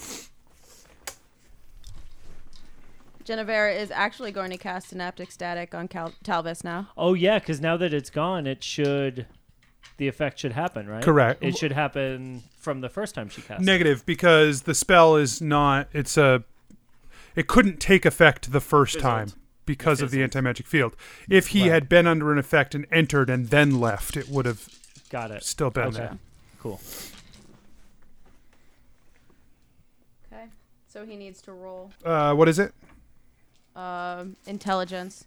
B: Genevera is actually going to cast synaptic static on Cal- Talvis now.
D: Oh yeah, because now that it's gone, it should the effect should happen, right?
A: Correct.
D: It should happen from the first time she cast. it.
A: Negative because the spell is not. It's a. It couldn't take effect the first time because of the anti magic field. If he
D: Right.
A: had been under an effect and entered and then left, it would have
D: Got it.
A: still been
D: okay.
A: there.
D: Cool.
B: Okay. So he needs to roll
A: Uh, what is it?
B: um, intelligence.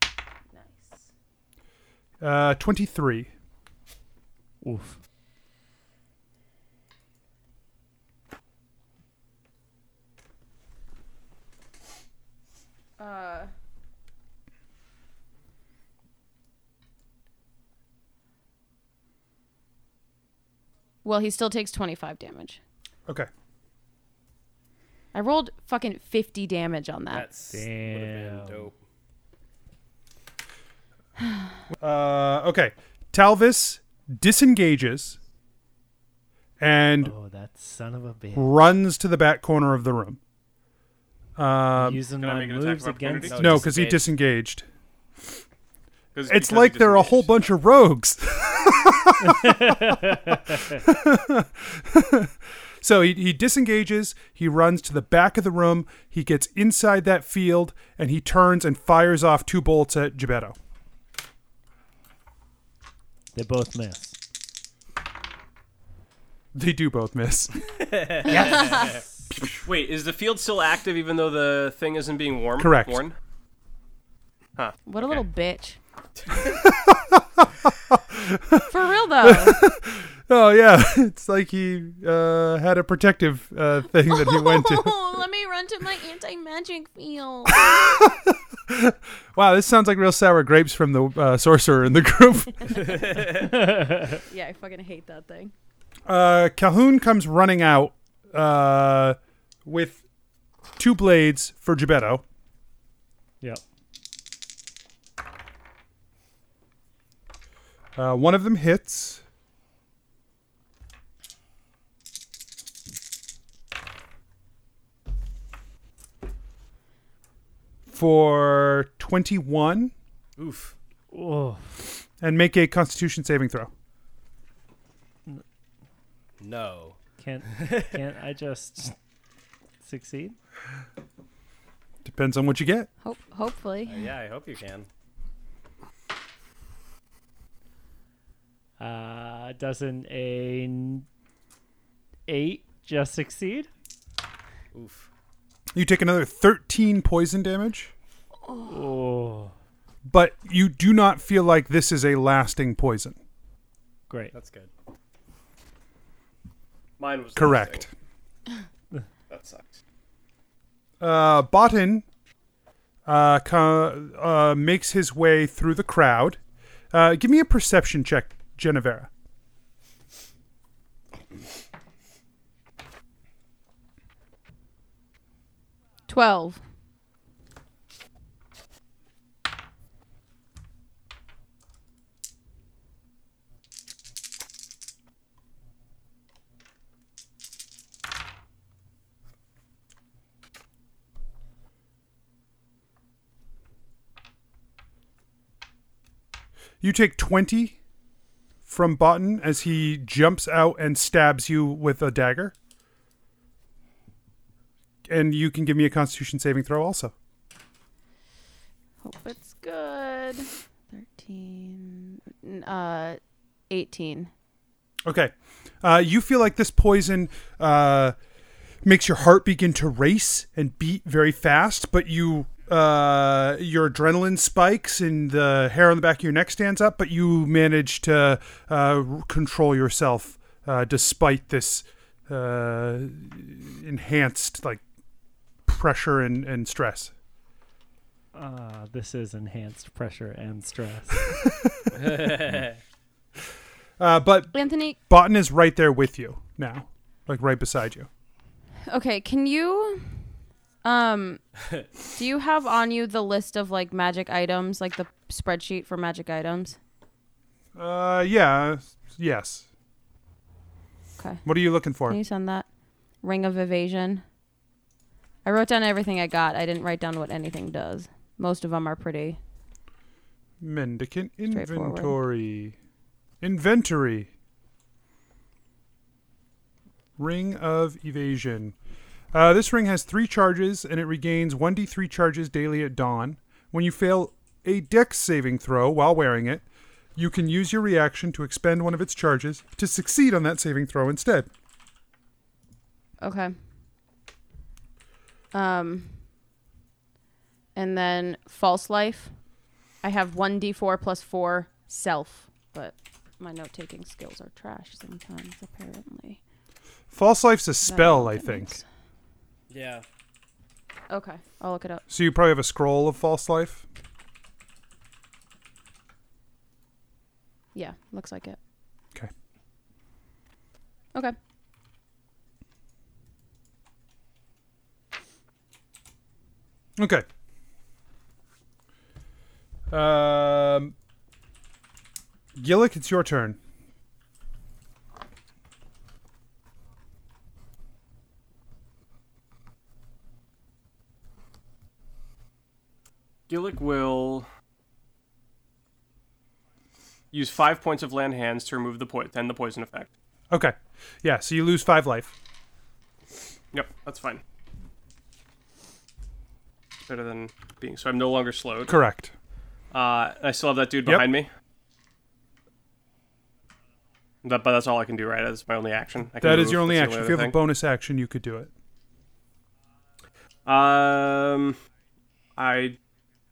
B: Nice.
A: Uh, Twenty three.
D: Oof.
B: Uh, well, he still takes 25 damage.
A: Okay.
B: I rolled fucking 50 damage on that.
G: That's would've been
D: Damn.
G: dope.
A: Uh, okay. Talvis disengages and
D: Oh, that son of a bitch.
A: runs to the back corner of the room. Um,
D: Using
F: Can I
D: my
F: make an attack
D: moves
F: of opportunity?
D: against.
G: No,
A: no, because he
G: disengaged.
A: disengaged.
F: 'Cause- because
A: It's
F: Oh, he
A: like they're a
F: disengaged.
A: whole bunch of rogues. so he, he disengages, he runs to the back of the room, he gets inside that field, and he turns and fires off two bolts at Gebetto.
D: They both miss.
A: They do both miss.
F: Wait, is the field still active even though the thing isn't being warm?
A: Correct.
F: Worn?
B: What a little bitch. For real though.
A: Oh yeah, it's like he uh, had a protective uh, thing that he went to.
B: Oh, let me run to my anti-magic field.
A: Wow, this sounds like real sour grapes from the uh, sorcerer in the group.
B: yeah, I fucking hate that thing.
A: Uh, Calhoun comes running out uh, with two blades for Gebetto.
D: Yep.
A: Uh, one of them hits. For 21
G: Oof.
D: Oh,
A: and make a constitution saving throw.
G: No.
D: can't can't I just succeed?
A: Depends on what you get.
B: Hope, hopefully.
G: Yeah, I hope you can.
D: Uh, doesn't a n- eight just succeed?
G: Oof.
A: You take another 13 poison damage.
D: Oh,
A: but you do not feel like this is a lasting poison.
D: great.
G: That's good.
F: Mine was
A: Correct.
F: That sucks.
A: Uh, Botan uh, co- uh, makes his way through the crowd. Uh, give me a perception check, Genevera.
B: Twelve.
A: You take 20 from Botan as he jumps out and stabs you with a dagger. and you can give me a Constitution saving throw also.
B: Hope it's good. 13, uh, 18.
A: Okay. Uh, you feel like this poison uh, makes your heart begin to race and beat very fast, but you uh, your adrenaline spikes and the hair on the back of your neck stands up, but you manage to uh, r- control yourself uh, despite this uh, enhanced like pressure and, and stress.
D: Ah, this is enhanced pressure and stress.
A: Uh, but
B: Anthony,
A: Botan is right there with you now, like right beside you.
B: okay, can you, um, do you have on you the list of like magic items, like the spreadsheet for magic items?
A: Uh, yeah, yes.
B: Okay.
A: What are you looking
B: Can
A: for?
B: you send that? Ring of evasion. I wrote down everything I got. I didn't write down what anything does. Most of them are pretty.
A: Mendicant
B: Straightforward.
A: inventory. Inventory. Ring of evasion. Uh, this ring has three charges and it regains 1d3 charges daily at dawn. When you fail a dex saving throw while wearing it, you can use your reaction to expend one of its charges to succeed on that saving throw instead.
B: Okay. Um and then false life. I have 1d4 plus 4 self, but my note-taking skills are trash sometimes apparently.
A: False life's a
B: That-
A: spell, I
B: that
A: think.
B: makes-
G: Yeah.
B: Okay, I'll look it up.
A: So you probably have a scroll of false life.
B: Yeah, looks like it.
A: 'Kay.
B: Okay.
A: Okay. Um, Gillick, it's your turn.
F: Gillick will use five points of land hands to remove the poison and the poison effect.
A: Okay. Yeah, so you lose five life.
F: Yep, that's fine. It's better than being so I'm no longer slowed.
A: Correct.
F: Uh, I still have that dude
A: Yep.
F: behind me. That, but that's all I can do, right? That's my only action. I can
A: That is
F: move.
A: your only
F: That's the
A: action. If you have a
F: other
A: bonus action, you could do it.
F: thing. Um, I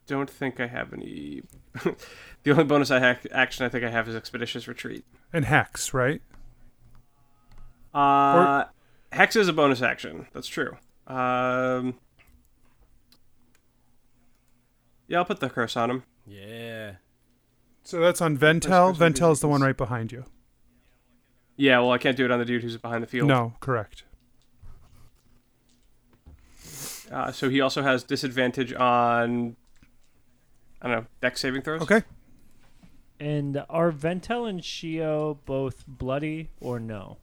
F: don't think I have any. the only bonus I hack action I think I have is expeditious retreat.
A: And hex, right?
F: Uh, hex is a bonus action. That's true. Um, yeah, I'll put the curse on him.
G: Yeah.
A: So that's on Ventel. Ventel is the one right behind you.
F: Yeah, well, I can't do it on the dude who's behind the field.
A: No, correct.
F: Uh, so he also has disadvantage on. I don't know, deck saving throws.
A: Okay.
D: and are Ventel and Shio both bloody or no?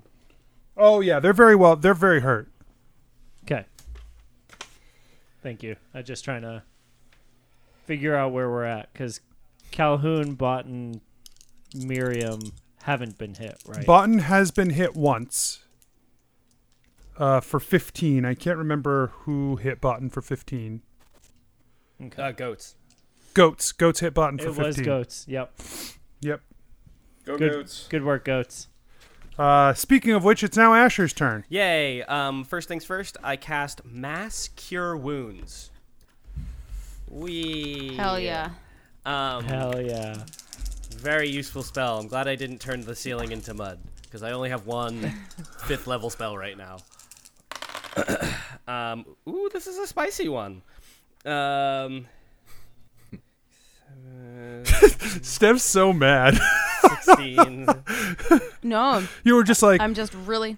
A: Oh yeah, they're very well. They're very hurt.
D: Okay. Thank you. I'm just trying to figure out where we're at because Calhoun, Botan, Miriam haven't been hit, right?
A: Botan has been hit once. Uh, for fifteen, I can't remember who hit Botan for fifteen.
G: Uh, goats.
A: Goats. Goats hit Botan
D: it
A: for
D: was
A: fifteen.
D: goats. Yep.
A: Yep.
F: Go
D: Good.
F: goats.
D: Good work, goats.
A: Uh, speaking of which, it's now Asher's turn.
G: Yay. Um, first things first, I cast Mass Cure Wounds. We.
I: Hell yeah.
G: Um,
D: Hell yeah.
G: Very useful spell. I'm glad I didn't turn the ceiling into mud because I only have one fifth level spell right now. um, ooh, this is a spicy one. Um,
A: Steph's so mad.
G: 16.
B: No,
A: you were just like,
B: I'm just really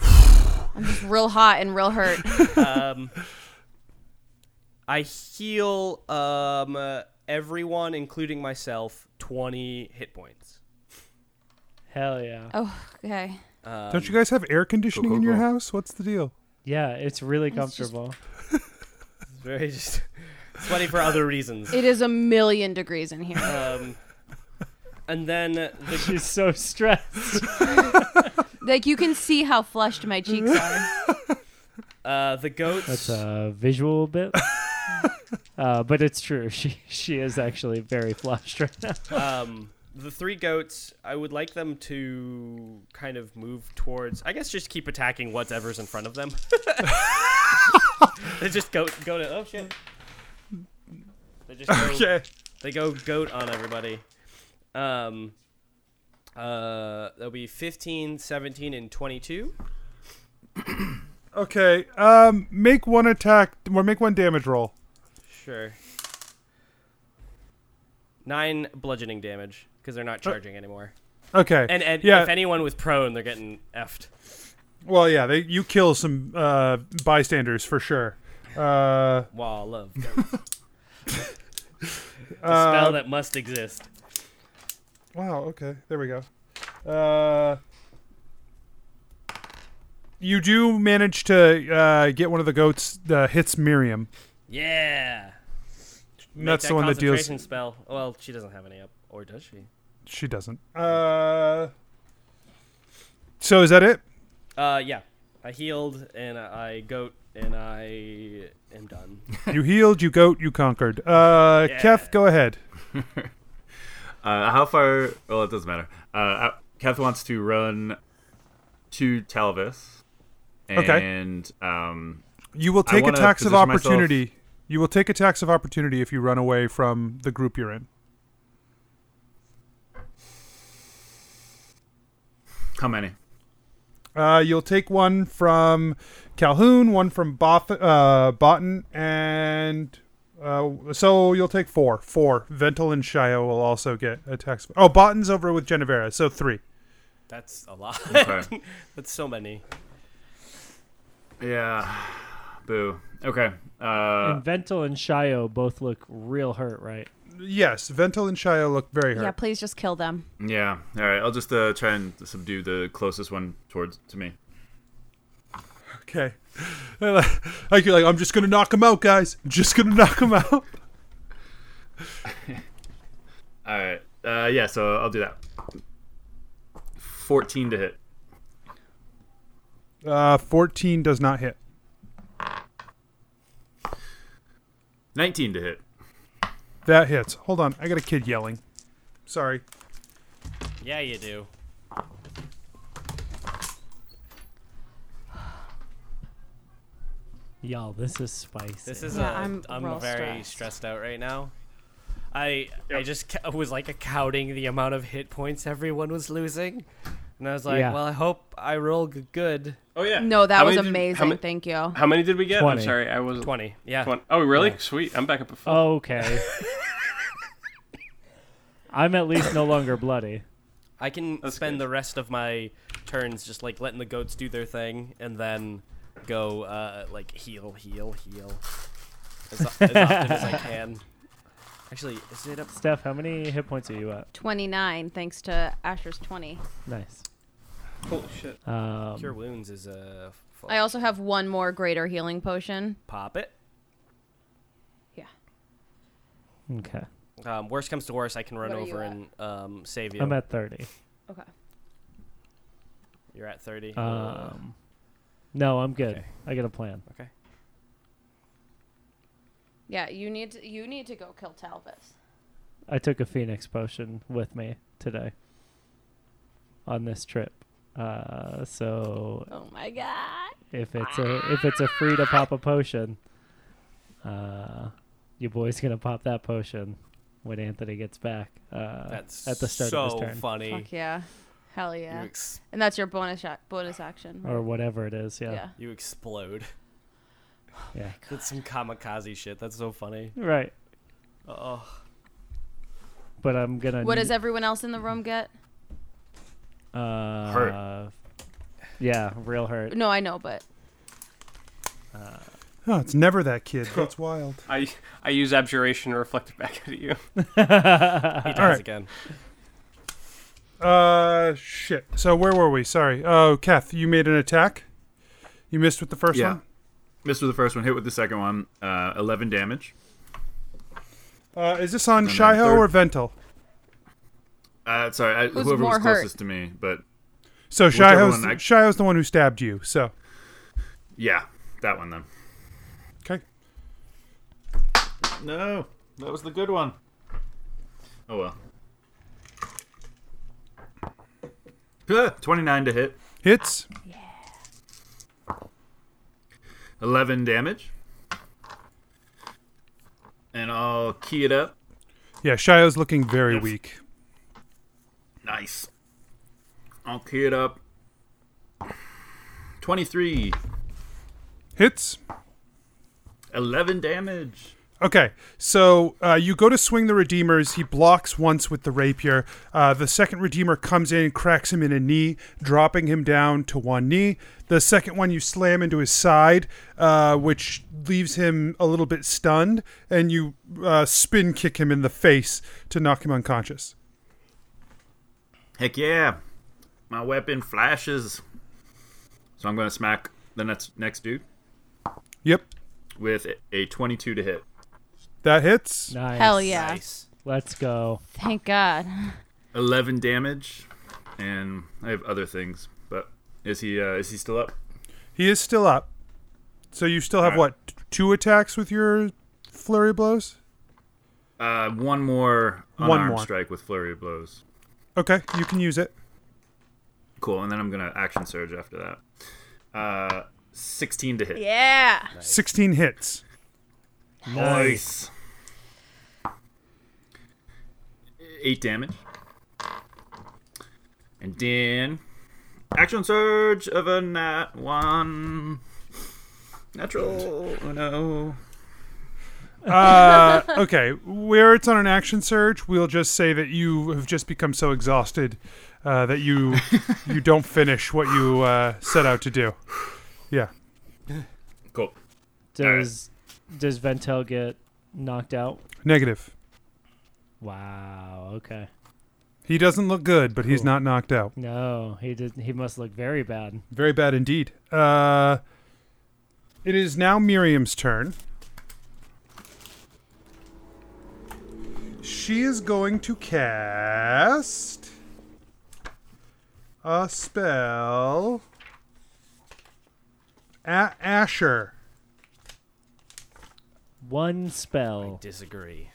B: I'm just real hot and real hurt.
G: um, I heal um, uh, everyone, including myself, 20 hit points.
D: Hell yeah.
B: Oh, okay.
G: Um,
A: don't you guys have air conditioning
C: Cool,
A: in your
C: cool.
A: house? What's the deal?
D: Yeah, it's really
B: It's just-
D: comfortable.
G: it's very just sweaty for other reasons.
B: It is a million degrees in here.
G: Um, and then the
D: She's so stressed.
B: Like you can see how flushed my cheeks are.
G: Uh, the goats.
D: That's a visual bit. uh, but it's true. She she is actually very flushed right now.
G: um, the three goats, I would like them to kind of move towards. I guess just keep attacking whatever's in front of them. they just go go to. Oh shit! They just go,
H: Okay.
G: They go goat on everybody. Um, uh, that'll be 15, 17, and 22.
A: Okay. Um, make one attack or make one damage roll.
G: Sure. Nine bludgeoning damage because they're not charging anymore.
A: Okay.
G: And, and
A: yeah.
G: if anyone was prone, they're getting effed.
A: well, yeah. They, you kill some uh, bystanders for sure. Uh,
G: Wall of goats. the
A: Uh,
G: spell that must exist.
A: wow. Okay. There we go. Uh, you do manage to uh, get one of the goats. Uh, hits Miriam.
G: Yeah. Make
A: That's the one that deals-
G: concentration Spell. Well, she doesn't have any up, or does she?
A: She doesn't. Uh, so is that it?
G: Uh, yeah. I healed and I goat and I am done.
A: you healed. You goat. You conquered. Uh,
G: Yeah.
A: Kef, go ahead.
C: Uh, how far? Well, it doesn't matter. Uh, Keth wants to run to Talvis,
A: Okay.
C: and um,
A: You will
C: I
A: take
C: wanna
A: attacks of
C: position myself-
A: opportunity. You will take attacks of opportunity if you run away from the group you're in.
C: how many?
A: Uh, you'll take one from Calhoun, one from Boff- uh, Botan, and uh, so you'll take four. Four. Ventil and Shio will also get attacks. Oh, Botan's over with Genevera, so three.
G: That's a lot.
C: Okay.
G: That's so many.
C: yeah. Boo. Okay. Uh,
D: and Ventil and Shio both look real hurt, right?
A: Yes, Ventil and Shio look very hurt.
B: Yeah, please just kill them.
C: yeah. All right. I'll just uh, try and subdue the closest one towards to me.
A: Okay. like you're like, I'm just gonna knock him out, guys. I'm just gonna knock him out.
C: All right. Uh, yeah. So I'll do that. Fourteen to hit.
A: Uh, 14 does not hit.
C: Nineteen to hit.
A: That hits. Hold on, I got a kid yelling. Sorry.
G: Yeah, you do.
D: Y'all, this is spicy.
G: This is
B: Yeah,
G: a,
B: I'm
G: I'm,
B: real
G: very
B: stressed.
G: stressed out right now. I I just ca- was like counting the amount of hit points everyone was losing, and I was like,
D: Yeah.
G: well, I hope I roll g- good.
F: Oh yeah.
B: No, that
F: How
B: was
F: many did-
B: amazing.
F: how, many,
B: Thank you.
F: how many did we get?
D: Twenty.
F: I'm sorry, I wasn't.
G: Twenty. Yeah.
F: 20. Oh, really? Sweet. I'm back up at full.
D: okay. I'm at least no longer bloody.
G: I can
F: That's
G: spend
F: good.
G: the rest of my turns just like letting the goats do their thing and then go uh, like heal, heal, heal as, as often as I can. Actually, is it up?
D: Steph, how many hit points are you at?
B: 29, thanks to Asher's 20.
D: Nice.
A: Oh.
F: Holy shit.
D: Um,
G: Cure wounds is a. Uh,
B: I also have one more greater healing potion.
G: pop it.
D: okay.
G: Um, worst comes to worst, I can run
B: What are you
G: over
B: at?
G: and um, save you.
D: I'm at 30.
B: Okay.
G: You're at thirty. Uh,
D: Um, no, I'm good.
G: okay.
D: I got a plan.
B: Yeah, you need to, you need to go kill Talvis.
D: I took a phoenix potion with me today on this trip. Uh, so
B: Oh my god.
D: if it's a if it's a free to pop a potion, uh, your boy's gonna pop that potion when Anthony gets back. Uh,
G: that's
D: at the start
G: so
D: of his turn
G: funny.
B: Fuck yeah. Hell yeah.
G: You, ex-
B: And that's your bonus ac- bonus action.
D: or whatever it is. Yeah,
B: yeah.
G: you explode.
D: Yeah.
G: That's some kamikaze shit. That's so funny.
D: right.
G: Oh.
D: But I'm gonna.
B: What does
D: it?
B: everyone else in the room get?
D: Uh,
C: Hurt.
D: Yeah, real hurt.
B: No, I know, but
A: Oh, it's never that kid. That's wild.
F: I I use abjuration to reflect it back at you.
G: He dies
A: right.
G: again.
A: Uh, shit. So where were we? Sorry. Oh, Keth, you made an attack. You missed with the first
C: yeah. Missed with the first one. Hit with the second one. Uh, Eleven damage.
A: one. Uh, is this on
C: then
A: Shiho
C: third-
A: or Ventil?
C: Uh, sorry, I,
B: Who's
C: whoever
B: more
C: was
B: hurt?
C: closest to me, but
A: So
C: Whichever
A: Shiho's
C: one I-
A: Shiho's the one who stabbed you. So
C: yeah, That one then.
A: Okay.
C: No, that was the good one. Oh well. Huh, 29 to hit,
A: Hits.
C: 11 damage. And I'll key it up.
A: Yeah, Shia's looking very weak.
C: Nice. I'll key it up. 23,
A: Hits.
C: 11 damage.
A: Okay, so uh, you go to swing the Redeemers. He blocks once with the rapier. Uh, the second Redeemer comes in and cracks him in a knee, dropping him down to one knee. The second one you slam into his side, uh, which leaves him a little bit stunned, and you uh, spin kick him in the face to knock him unconscious.
C: Heck yeah. My weapon flashes. So I'm going to smack the next, next dude
A: Yep,
C: with a 22 to hit.
A: that hits.
D: Nice.
B: Hell yeah.
G: Nice.
D: Let's go.
B: Thank God.
C: 11 damage and I have other things, but is he uh, is he still up?
A: He is still up. So you still have what t- two attacks with your flurry blows?
C: Uh, one more
A: One
C: unarmed
A: more.
C: strike with flurry of blows.
A: Okay, you can use it.
C: Cool, and then I'm gonna action surge after that. Uh, 16 to hit.
B: Yeah.
A: Sixteen hits.
C: Nice. Eight damage. And then action surge of a nat one. Natural. Oh no.
A: Uh, okay, where it's on an action surge, we'll just say that you have just become so exhausted uh, that you you don't finish what you uh, set out to do. Yeah,
C: Cool.
D: Does does Ventel get knocked out?
A: negative.
D: Wow. Okay.
A: He doesn't look good, but he's
D: Cool.
A: not knocked out.
D: No, he did. He must look very bad.
A: Very bad indeed. Uh, it is now Miriam's turn. She is going to cast a spell at Asher.
D: One spell.
G: Disagree.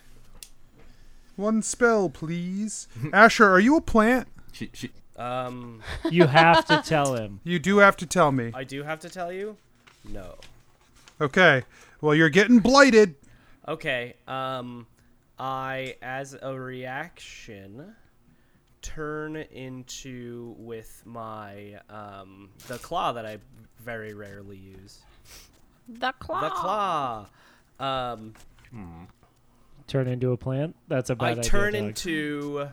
A: One spell, please. Asher, are you a plant?
C: She, she,
G: Um,
D: You have to tell him.
A: You do have to tell me.
G: I do have to tell you, no.
A: Okay. Well, you're getting blighted.
G: Okay. Um, I as a reaction turn into with my um the claw that I very rarely use.
B: The claw.
G: The claw. Um,
D: Turn into a plant. That's a bad
G: I
D: idea,
G: turn
D: dog.
G: into.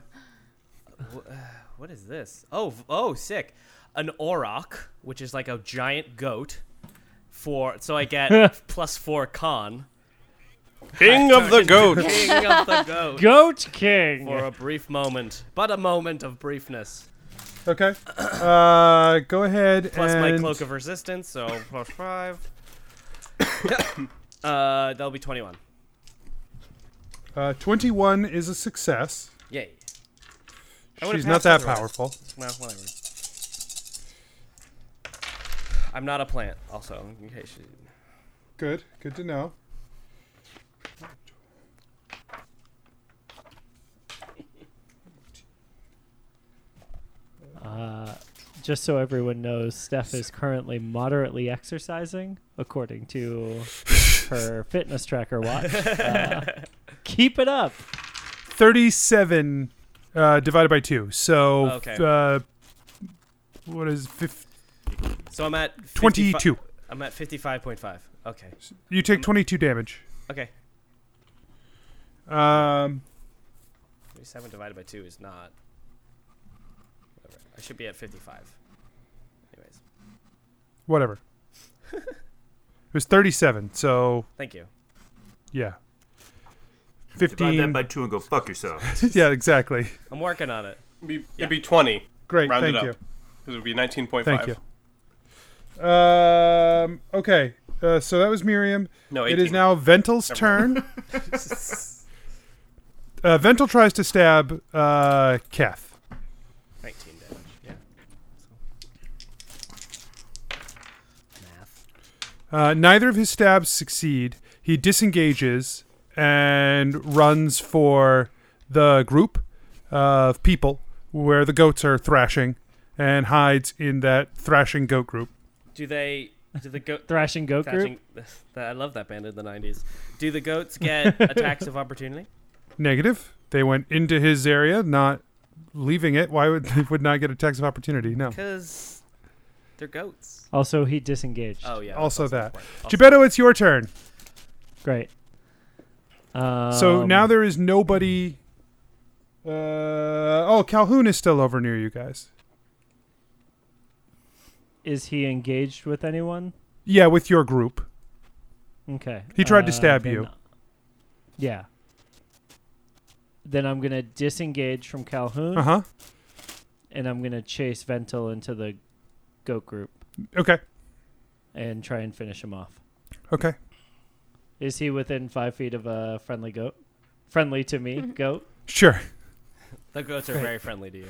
G: wh- uh, What is this? Oh, v- oh, sick! An auroch, which is like a giant goat. For so I get plus four con.
H: King of the goats.
G: King of the goat.
D: Goat King.
G: For a brief moment, but a moment of briefness.
A: Okay. Uh, go ahead
G: Plus
A: and
G: my cloak of resistance, so plus five. uh, that'll be twenty-one.
A: Uh, 21 is a success.
G: Yay. I would've
A: She's not
G: passed
A: that
G: otherwise.
A: powerful.
G: Well, whatever. I'm not a plant. Also, in case you-
A: Good. Good to know.
D: Uh, Just so everyone knows, Steph is currently moderately exercising, according to her fitness tracker watch. Uh, keep it up.
A: 37 uh, divided by 2. So,
G: Okay.
A: uh, what is fif-
G: So I'm at 55
A: 22.
G: I'm at fifty-five point five. Okay.
A: You take 22 damage.
G: Okay.
A: Um,
G: Thirty-seven divided by two is not. Whatever. I should be at fifty-five. Anyways,
A: whatever. it was 37. So,
G: thank you.
A: yeah.
C: divide
A: 15.
C: that by two and go fuck yourself.
A: yeah, exactly.
G: I'm working on it.
H: It'd be, it'd be 20.
A: Great.
H: Round it
A: thank
H: up.
A: you.
H: Because it would be 19.5.
A: Thank you. Um, okay. Uh, so that was Miriam.
H: No,
A: It is
H: 18.
A: now Ventel's turn. uh, Ventel tries to stab uh, Keth.
G: Nineteen damage. Yeah. So. Math.
A: Uh, neither of his stabs succeed. He disengages and runs for the group of people where the goats are thrashing and hides in that thrashing goat group.
G: Do they? Do the goat
D: Thrashing Goat Group.
G: Thatching, that, I love that band in the '90s. Do the goats get attacks of opportunity?
A: Negative. They went into his area, not leaving it. Why would they would not get a tax of opportunity? No.
G: Because they're goats.
D: Also, he disengaged.
G: Oh yeah. that's
A: Also
G: the
A: that.
G: point. Also-
A: Gebetto, it's your turn.
D: Great. Um,
A: So now there is nobody. Uh, oh, Calhoun is still over near you guys.
D: is he engaged with anyone?
A: Yeah, with your group.
D: Okay.
A: He tried to
D: uh,
A: stab
D: then-
A: you.
D: Yeah. Then I'm gonna disengage from Calhoun
A: Uh huh.
D: and I'm gonna chase Ventil into the goat group
A: Okay.
D: and try and finish him off.
A: Okay.
D: Is he within five feet of a friendly goat? Friendly to me, goat.
A: Sure.
G: the goats are very friendly to you.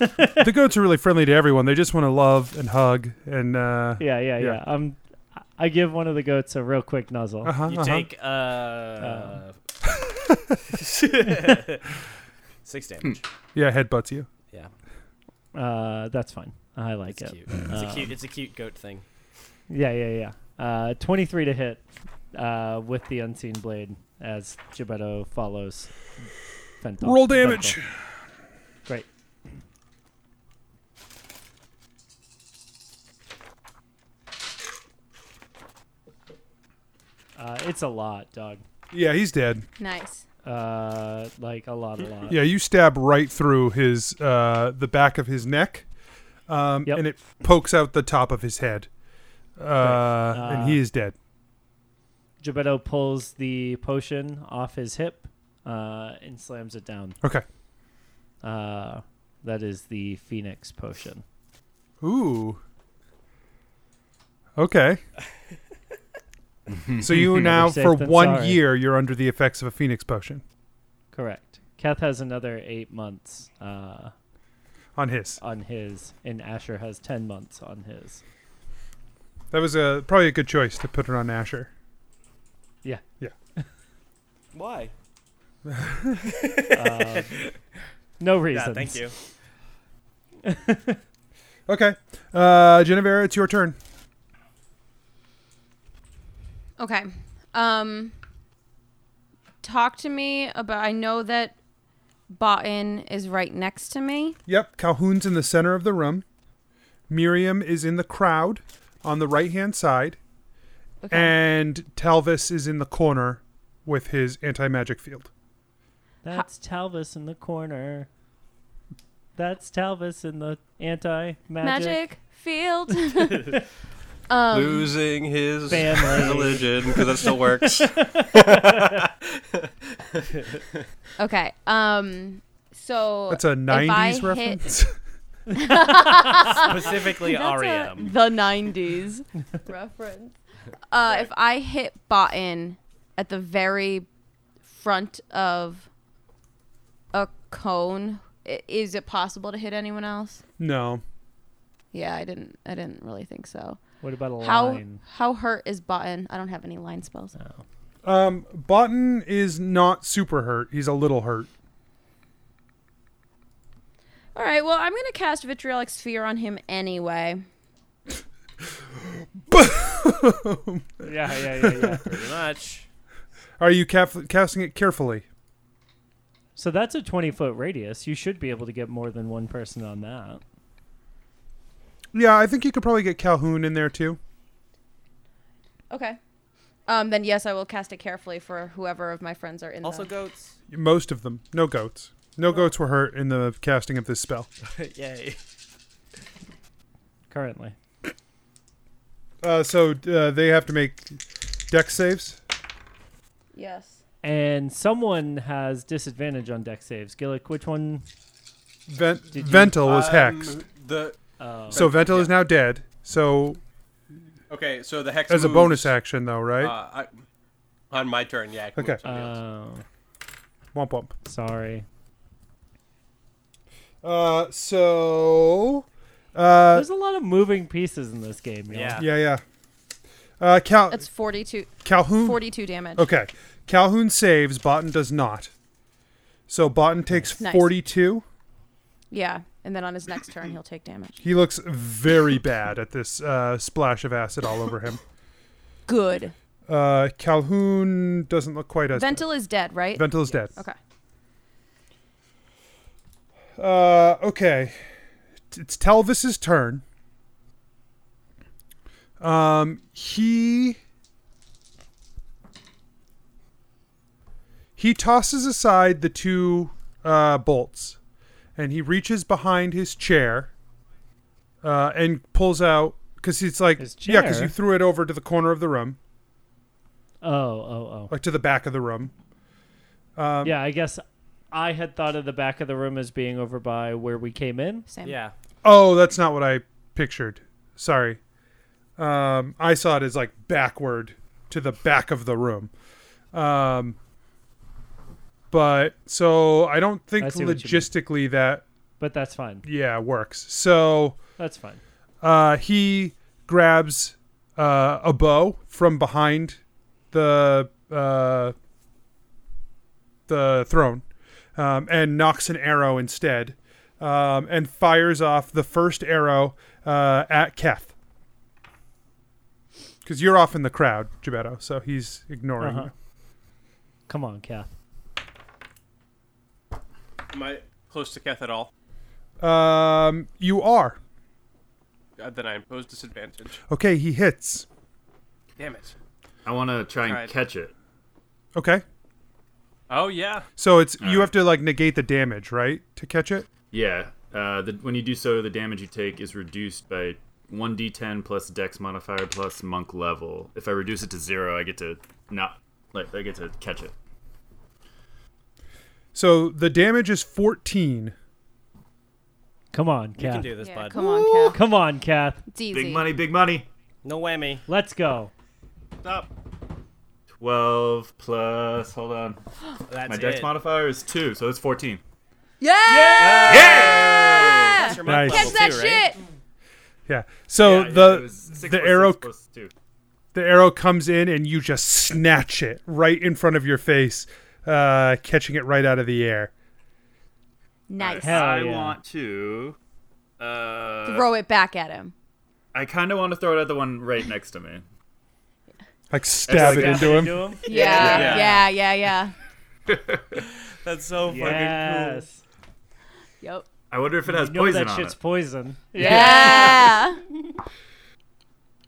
A: the goats are really friendly to everyone. They just want to love and hug and. Uh
D: Yeah, yeah,
A: Yeah.
D: yeah. I'm. I give one of the goats a real quick nuzzle.
A: huh.
G: You
A: uh-huh. Oh,
G: take uh, six damage.
A: Yeah, headbutts you.
G: Yeah,
D: Uh, that's fine. I like
G: it's
D: it.
G: cute. It's a
A: Uh.
D: Um,
G: cute. It's a cute goat thing.
D: Yeah, yeah, yeah. Uh, 23 to hit uh, with the unseen blade as Gibetto follows. Fentol.
A: Roll damage.
D: Fentol. Great. Uh, it's a lot, dog.
A: Yeah, he's dead.
B: Nice.
D: Uh, like a lot, a lot.
A: Yeah, you stab right through his uh, the back of his neck, um,
D: Yep.
A: and it pokes out the top of his head, uh, and he
D: Uh,
A: is dead.
D: Gibetto pulls the potion off his hip uh, and slams it down.
A: Okay.
D: Uh, that is the Phoenix potion.
A: Ooh. Okay. so you now,
D: safe
A: for
D: than
A: one
D: sorry.
A: year, you're under the effects of a phoenix potion
D: Correct. Keth has another eight months uh,
A: on his.
D: on his, and Asher has ten months on his.
A: That was a probably a good choice to put it on Asher.
G: Why?
D: Um, no reason.
G: Yeah, thank you.
A: Okay, uh, Genevera, it's your turn.
B: Okay. Um talk to me about I know that Botan is right next to me.
A: Yep, Calhoun's in the center of the room. Miriam is in the crowd on the right hand side.
B: Okay.
A: And Talvis is in the corner with his anti magic field.
D: That's Talvis in the corner. That's Talvis in the anti
B: Magic
D: magic
B: field. Um,
H: Losing his
D: family.
H: religion because that still works.
B: okay. Um so
A: That's a 90s
B: I hit-
A: reference.
G: Specifically,
B: That's a-
G: REM.
B: the 90s reference. Uh, If I hit Botan at the very front of a cone, i- is it possible to hit anyone else?
A: no.
B: Yeah, I didn't. I didn't really think so.
D: What about a
B: How
D: line?
B: how hurt is Botan? I don't have any line spells.
A: Um, Botan is not super hurt. He's a little hurt.
B: All right. Well, I'm gonna cast Vitriolic Sphere on him anyway.
D: Yeah, yeah, yeah, yeah.
G: Pretty much.
A: Are you caf- casting it carefully?
D: so that's a twenty foot radius. You should be able to get more than one person on that.
A: Yeah, I think you could probably get Calhoun in there too.
B: Okay. Um. Then yes, I will cast it carefully for whoever of my friends are in.
A: uh,
G: Also,
B: the...
G: goats.
A: Most of them. No goats. No goats were hurt in the casting of this spell.
G: Yay.
D: Currently,
A: Uh, so uh, they have to make deck saves.
B: yes.
D: and someone has disadvantage on deck saves. Gillick, which one?
A: Vent-
D: Did you-
A: Ventil was
F: um,
A: hexed.
H: Um, The
D: Oh,
A: So Ventil is
H: yeah.
A: now dead. So
H: okay, so the hex
A: as a
H: moves,
A: bonus action, though,
H: uh,
A: right?
F: Ah.
H: I, on my turn, yeah. I can move
A: Okay. Uh,
H: somebody else.
D: oh,
A: womp womp.
D: sorry.
A: Uh, so, uh,
D: There's a lot of moving pieces in this game. y'all.
G: Yeah.
A: yeah, yeah. Uh, Cal-
B: That's 42,
A: Calhoun.
B: 42 damage.
A: Okay. Calhoun saves. Botten does not. So Botten takes
B: Nice.
A: 42.
B: Yeah, and then on his next turn he'll take damage.
A: He looks very bad at this uh, splash of acid all over him.
B: Good.
A: Uh, Calhoun doesn't look quite as
B: Ventil is dead, right?
A: bad. Ventil is dead.
B: okay.
A: Uh, okay. T- It's Telvis's turn. Um, he he tosses aside the two uh, bolts, and he reaches behind his chair uh, and pulls out because it's like
D: His
A: yeah, because you
D: chair?
A: threw it over to the corner of the room,
D: Oh, oh,
A: like to the back of the room.
D: oh. Yeah, I guess I had thought of the back of the room as being over by where we came in.
B: Same.
G: Yeah.
A: Oh, that's not what I pictured. Sorry. Um, I saw it as like backward to the back of the room. Um, but so I don't think
D: I see what you mean.
A: logistically that
D: But that's fine.
A: yeah works. So
D: That's fine.
A: uh, he grabs uh, a bow from behind the uh, the throne um, and knocks an arrow instead um, and fires off the first arrow uh, at Keth. Because you're off in the crowd, Gebetto, so he's ignoring
D: Uh-huh. Come on, Kath.
H: Am I close to Keth at all?
A: you. Um, you are.
H: Uh, then I impose disadvantage.
A: Okay, he hits.
H: Damn it.
C: I want to try and
H: Tried.
C: catch it.
A: Okay.
H: Oh yeah.
A: So it's you have to like negate the damage, right? To catch it?
C: Yeah. Uh, the, when you do so, the damage you take is reduced by 1d10 plus Dex modifier plus Monk level. If I reduce it to zero, I get to not like I get to catch it.
A: So the damage is 14.
D: Come on,
G: You can
D: Kath.
G: do this,
B: Yeah,
G: bud.
B: come on, Cal.
D: Come on, Kath.
B: It's easy.
C: Big money, big money.
G: No whammy.
D: Let's go.
C: Stop. 12 plus. Hold on.
G: That's
C: My Dex
G: it.
C: modifier is two, so it's 14.
B: Yeah!
G: That's your monk
A: Nice.
B: Catch
G: level
B: that
G: too, right?
B: shit!
A: Yeah. So
C: Yeah, it was
A: the
C: six
A: the
C: plus
A: arrow
C: six plus two.
A: the arrow comes in and you just snatch it right in front of your face, uh, catching it right out of the air.
B: Nice.
D: Hell
C: I
D: yeah.
C: want to. Uh,
B: Throw it back at him.
C: I kind of want to throw it at the one right next to me.
A: Like stab it
C: like that.
A: into him.
D: Do him?
B: Yeah, yeah,
H: Yeah.
B: yeah, yeah. yeah.
G: That's so fucking
D: Yes.
B: Yep.
C: I wonder if it has
D: You know
C: poison
D: that
C: on
D: shit's
C: it.
D: poison.
B: Yeah.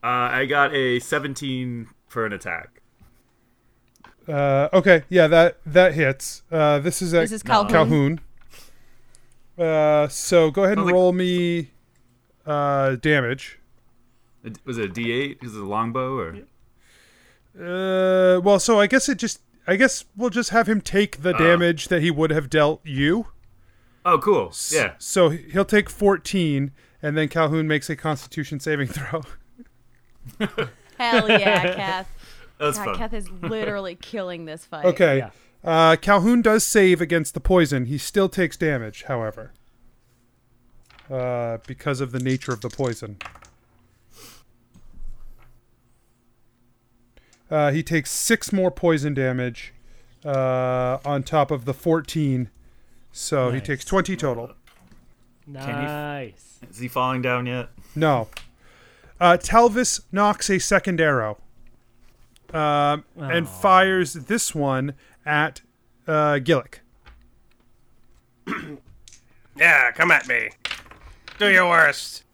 C: Uh, I got a 17 for an attack.
A: Uh, okay, yeah, that that hits. Uh, this is at
B: This is Calhoun.
A: Calhoun. Uh, so go ahead and
C: Sounds like-
A: roll me uh, damage.
C: It- Was it a D8? Is it a longbow or?
A: Uh, well, so I guess it just I guess we'll just have him take
C: Ah.
A: the damage that he would have dealt you.
C: Oh, cool.
A: S-
C: Yeah.
A: So he- he'll take 14, and then Calhoun makes a Constitution saving throw.
B: Hell yeah, Kath.
C: That's
B: God,
C: fun.
B: Kath is literally killing this fight.
A: Okay.
D: Yeah.
A: Uh, Calhoun does save against the poison. He still takes damage, however, uh, because of the nature of the poison. Uh, he takes six more poison damage uh, on top of the 14, so he
D: Nice.
A: takes 20 total.
C: he f-
D: Nice.
C: Is he falling down yet?
A: No. Uh, Telvis knocks a second arrow um, and fires this one at uh, Gillick.
F: Yeah, come at me. Do your worst.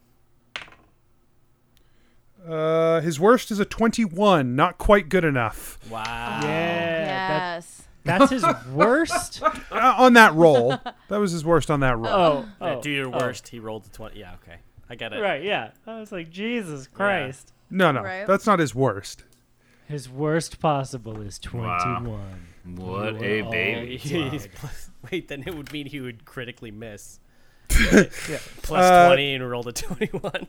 A: Uh, his worst is a 21, not quite good enough.
G: Wow.
D: Oh. Yeah. that-
B: Yes.
D: that's his worst.
A: Uh, on that roll, that was his worst on that roll.
D: Oh,
G: Uh,
D: oh,
G: do your
D: oh.
G: worst. He rolled a 20. Yeah, okay. I get it.
D: Right, yeah. I was like, Jesus Christ.
A: no, no,
B: Right.
A: that's not his worst.
D: His worst possible is 21.
C: What a baby.
G: Jeez, plus- wait, then it would mean he would critically miss. Plus
A: Uh,
G: 20 and rolled a 21.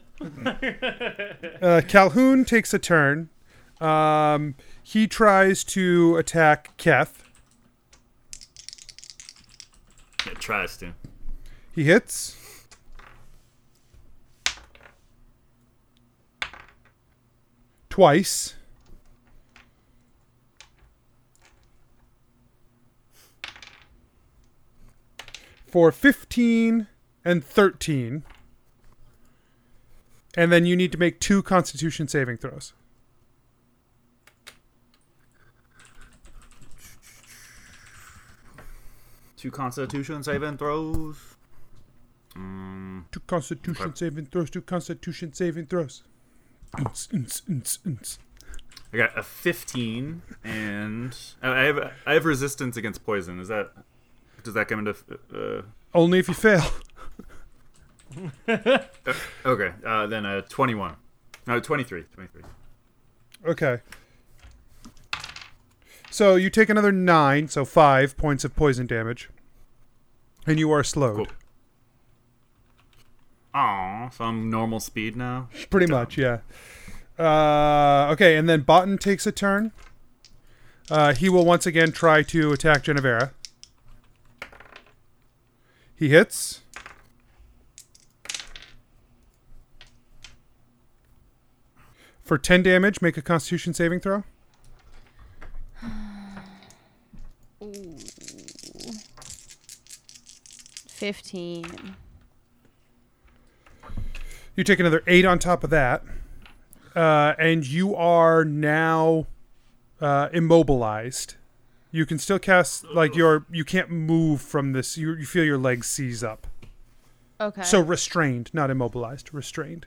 A: Uh, Calhoun takes a turn. Um, he tries to attack Keth.
C: It tries to.
A: He hits. twice. For 15 and 13. And then you need to make two constitution saving throws.
C: Two Constitution saving throws. Mm,
A: Two constitution saving throws, two constitution saving throws. Unts, unts, unts, unts.
C: I got a 15, and oh, I have I have resistance against poison. Is that does that come into?
A: Only if you fail.
C: Uh, okay, uh, then a 21. No, 23. 23.
A: Okay. So you take another nine, so five points of poison damage, and you are slowed.
C: Cool. Aw, so I'm normal speed now.
A: Pretty much, yeah. Uh, okay, and then Botan takes a turn. Uh, he will once again try to attack Genevera. He hits. For 10 damage, make a constitution saving throw.
B: Fifteen.
A: You take another eight on top of that, uh, and you are now uh, immobilized. You can still cast like your you can't move from this. You you feel your legs seize up.
B: Okay.
A: So restrained, not immobilized, restrained.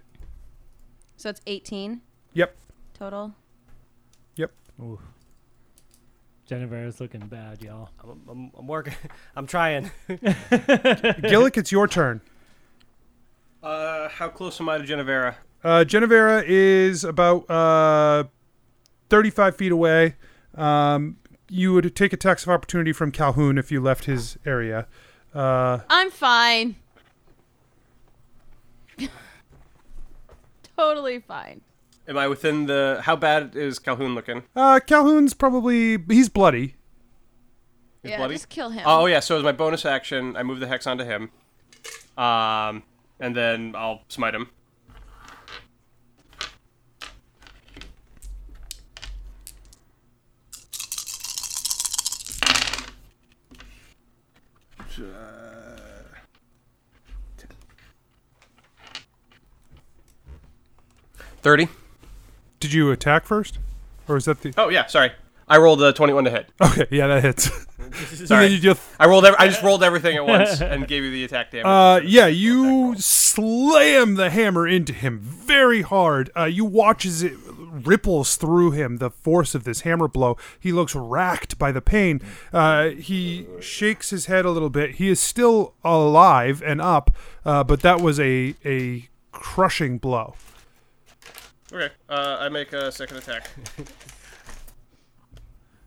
B: so it's eighteen
A: Yep.
B: total.
A: Yep.
D: Jennifer is looking bad, y'all.
G: I'm, I'm, I'm working. I'm trying.
A: Gillick, it's your turn.
F: Uh, how close am I to Genevera?
A: Uh, Genevera is about uh, 35 feet away. Um, you would take a tax of opportunity from Calhoun if you left his area. Uh,
B: I'm fine. totally fine.
F: Am I within the? How bad is Calhoun looking?
A: uh, Calhoun's probably he's bloody.
F: He's
B: yeah,
F: bloody?
B: just kill him.
F: Oh yeah, so as my bonus action, I move the hex onto him, um, and then I'll smite him. Thirty.
A: Did you attack first, or is that the?
F: Oh yeah, sorry. I rolled a twenty-one to hit.
A: Okay, yeah, that hits.
F: Sorry.
A: You just-
F: I rolled. Ev- I just rolled everything at once and gave you the attack damage.
A: uh, yeah, you slam the hammer into him very hard. Uh, you watch as it ripples through him. The force of this hammer blow. He looks racked by the pain. Uh, he shakes his head a little bit. He is still alive and up, uh, but that was a a crushing blow.
F: okay. Uh, I make a second attack.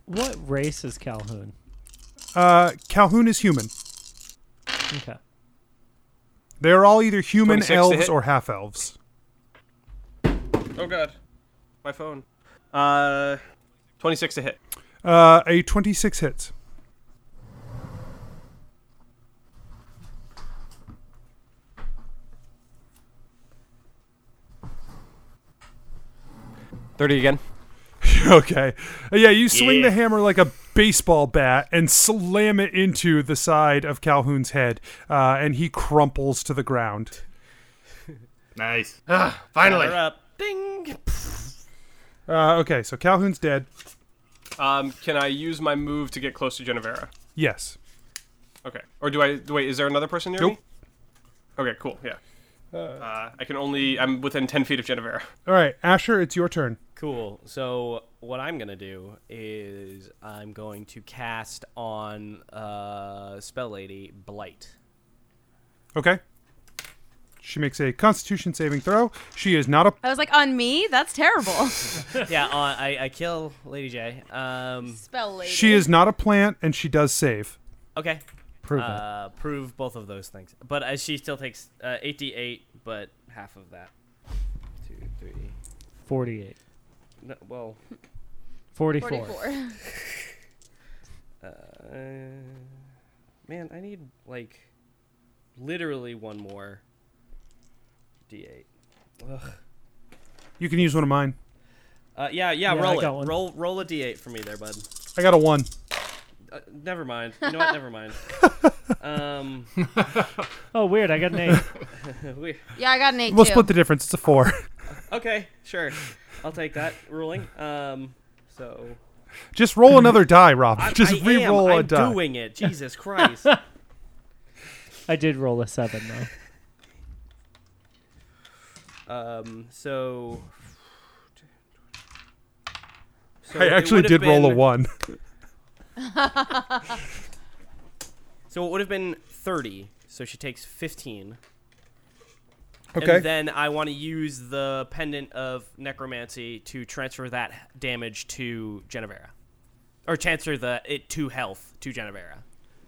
D: What race is Calhoun?
A: Uh, Calhoun is human.
D: Okay.
A: They are all either human
F: 26 to
A: elves
F: hit.
A: or half elves.
F: Oh god, my phone. Uh, twenty-six to hit.
A: Uh, a twenty-six hits.
F: Thirty again.
A: Okay. Uh, Yeah, you swing
C: Yeah.
A: the hammer like a baseball bat and slam it into the side of Calhoun's head, uh, and he crumples to the ground.
C: Nice.
H: Finally.
G: We're up. Ding.
A: Uh, okay, so Calhoun's dead.
F: Um, can I use my move to get close to Genevera?
A: Yes.
F: Okay. Or do I wait? Is there another person near
A: Nope.
F: me? Okay. Cool. Yeah. Uh, I can only. I'm within ten feet of Genevera.
A: All right, Asher, it's your turn.
G: Cool. So what I'm gonna do is I'm going to cast on uh, Spell Lady Blight.
A: Okay. She makes a Constitution saving throw. She is not a.
B: I was like, on me? That's terrible.
G: yeah, on, I, I kill Lady J. Um,
B: Spell lady.
A: She is not a plant, and she does save.
G: okay.
D: Prove it.
G: Uh, prove both of those things. But uh, she still takes uh, 8d8, but half of that. Two, three.
D: 48.
G: No, well,
D: 44.
B: 44.
G: uh, man, I need like literally one more d8. Ugh.
A: You can use one of mine.
G: Uh, yeah, yeah,
D: Yeah, I
G: roll
D: got one.
G: it. Roll, roll a d8 for me there, bud.
A: I got a one.
G: Uh, never mind. You know what? Never mind. Um,
D: Oh, weird. I got an eight.
G: we-
I: Yeah, I got an 8
A: We'll
I: too.
A: split the difference. It's a four.
G: okay, sure. I'll take that ruling. Um, so
A: Just roll another die, Rob.
G: I,
A: Just
G: I am,
A: re-roll a
G: I'm
A: die.
G: doing it. Jesus Christ.
D: I did roll a seven though.
G: um, so. so
A: I
G: it
A: actually
G: would've
A: did roll a
G: been-
A: one.
G: So it would have been 30. So she takes 15.
A: Okay.
G: And then I want to use the pendant of necromancy to transfer that damage to Genevera, or transfer the it to health to Genevera.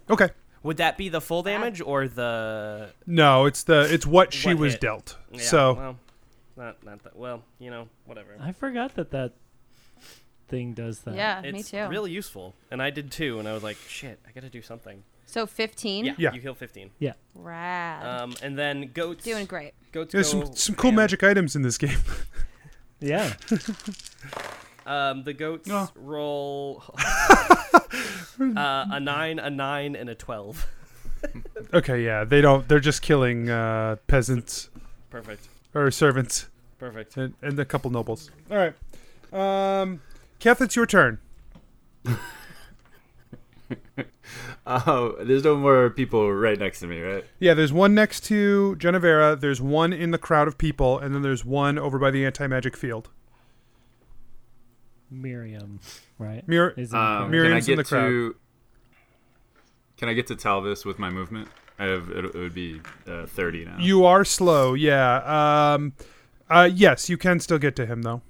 A: okay.
G: Would that be the full damage or the?
A: No, it's the it's what she
G: What
A: was
G: hit?
A: dealt.
G: Yeah,
A: so
G: well, not not that. Well, you know, whatever.
D: I forgot that that thing does that.
I: yeah,
G: it's
I: Uh, me too.
G: really useful, and I did too. And I was like, shit, I gotta do something.
I: So 15?
G: Yeah,
A: Yeah.
G: you heal 15.
I: Rad.
G: Um, and then goats.
I: Doing great.
G: Goats
A: there's
G: go
A: some some cool
G: ham.
A: magic items in this game.
D: Yeah.
G: Um, the goats
A: Oh.
G: roll uh, a nine, a nine, and a twelve.
A: okay, yeah, they don't. They're just killing uh, peasants
G: Perfect.
A: or servants
G: Perfect.
A: and, and a couple nobles. All right, um, Keth, it's your turn.
C: Oh, there's no more people right next to me, right?
A: Yeah, there's one next to Genevera. There's one in the crowd of people, and then there's one over by the anti magic field.
D: Miriam, right?
A: Mir-
D: Is in the
C: Um,
A: Miriam-
C: can I
D: corner.
A: Miriam's in
C: get
A: the crowd.
C: to? Can I get to Talvis with my movement? I have. It, it would be uh, thirty now.
A: you are slow. Yeah. Um, uh, yes, you can still get to him though.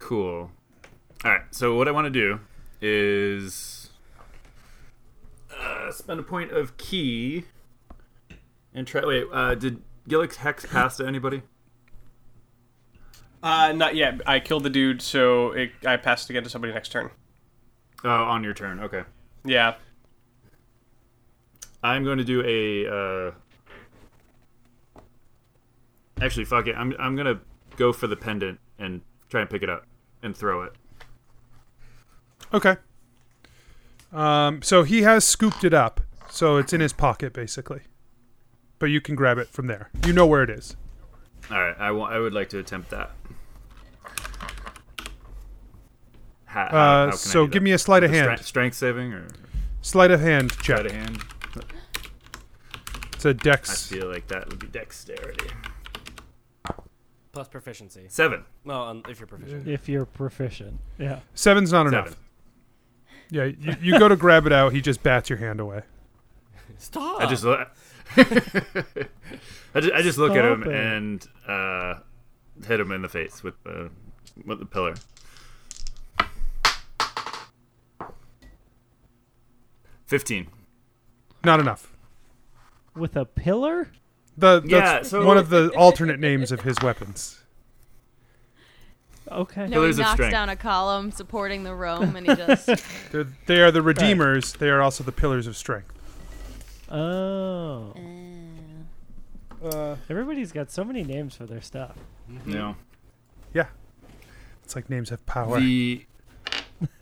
C: Cool. All right. So what I want to do is uh, spend a point of key and try. Wait. Uh, did Gillick's hex pass to anybody?
F: Uh, not yet. I killed the dude, so it, I passed again to somebody next turn.
C: Oh, on your turn. Okay.
F: Yeah.
C: I'm going to do a. Uh... Actually, fuck it. I'm I'm gonna go for the pendant and try and pick it up and throw it.
A: Okay. Um, so he has scooped it up, so it's in his pocket basically. But you can grab it from there. You know where it is.
C: All right. I wa- I would like to attempt that. How, how- how
A: Uh,
C: can I
A: so
C: do
A: give
C: that?
A: me a sleight of
C: With a
A: hand.
C: stre- strength saving or
A: Sleight of hand check.
C: sleight of hand?
A: It's a
C: I
A: dex.
C: feel like that would be dexterity.
G: Plus proficiency.
C: Seven.
G: Well, um, if you're proficient.
D: if you're proficient. Yeah.
A: Seven's not
C: Seven.
A: enough. Yeah, you, you go to grab it out. He just bats your hand away.
G: Stop.
C: I just look. I just, I just look at him
D: Stop it.
C: and uh, hit him in the face with the with the pillar. Fifteen.
A: Not enough.
D: With a pillar?
A: The that's
C: Yeah, so-
A: one of the alternate names of his weapons.
D: Okay.
I: No, he
C: Pillars of
I: knocks
C: strength.
I: down a column supporting the Rome, and he just
A: They're, they are the redeemers. They are also the pillars of strength.
D: Oh.
I: Eh.
A: Uh,
D: Everybody's got so many names for their stuff.
C: No.
A: yeah, it's like names have power.
C: The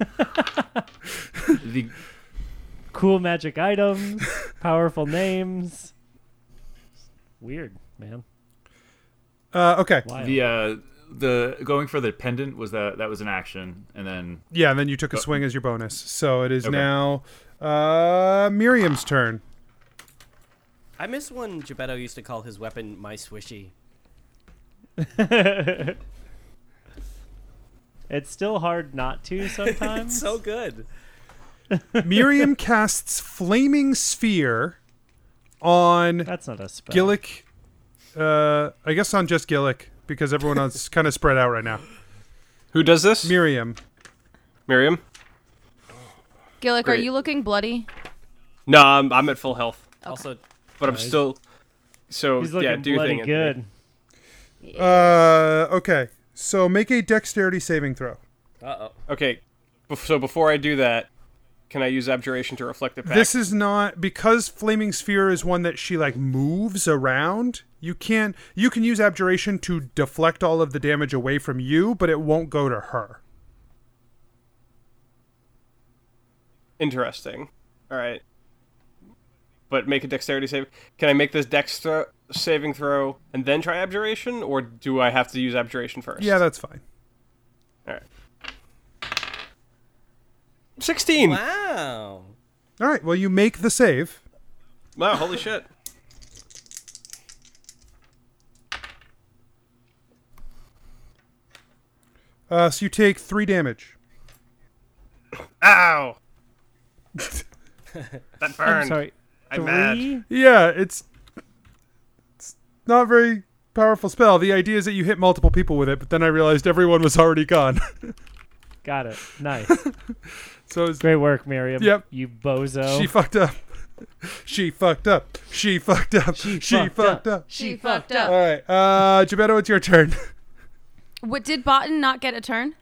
C: the
D: Cool magic items, powerful names. Weird, man.
A: Uh, okay,
D: Wild.
C: the uh, the going for the pendant was that that was an action, and then
A: yeah, and then you took a
C: Go-
A: swing as your bonus, so it is
C: Okay.
A: now uh, Miriam's turn.
G: I miss when Gebetto used to call his weapon my swishy.
D: it's still hard not to sometimes.
G: So good.
A: Miriam casts flaming sphere on
D: That's not a spell.
A: Gillick. Uh, I guess on just Gillick because everyone else is kind of spread out right now.
F: Who does this?
A: Miriam,
F: Miriam?
I: Gillick, are
F: Great.
I: you looking bloody?
F: No, I'm, I'm at full health,
G: Also,
F: but I'm still. So
D: He's
F: yeah,
D: looking
F: do your
D: bloody
F: thing. Anthony.
D: good.
A: Uh, okay. So make a dexterity saving throw.
G: uh oh.
F: Okay, bef- so before I do that,
H: Can I use abjuration to reflect the fact?
A: This is not because flaming sphere is one that she like moves around. You can you can use abjuration to deflect all of the damage away from you, but it won't go to her.
H: Interesting. All right. But make a dexterity save. Can I make this dex throw, saving throw and then try abjuration, or do I have to use abjuration first?
A: Yeah, that's fine.
H: All right. Sixteen. Wow!
G: Wow.
A: All right, well you make the save.
H: holy shit.
A: Uh, so you take three damage.
H: Ow! that
D: I'm
H: burned.
D: sorry.
H: I'm mad.
D: Three?
A: Yeah, it's, it's not a very powerful spell. The idea is that you hit multiple people with it, but then I realized everyone was already gone.
D: Got it. Nice.
A: so it's,
D: Great work, Miriam.
A: Yep.
D: You bozo.
A: she fucked up. She fucked up. She fucked up. She, fucked, up.
I: She fucked up.
A: All right, uh, Gebetto, it's your turn.
B: What did Botan not get a turn?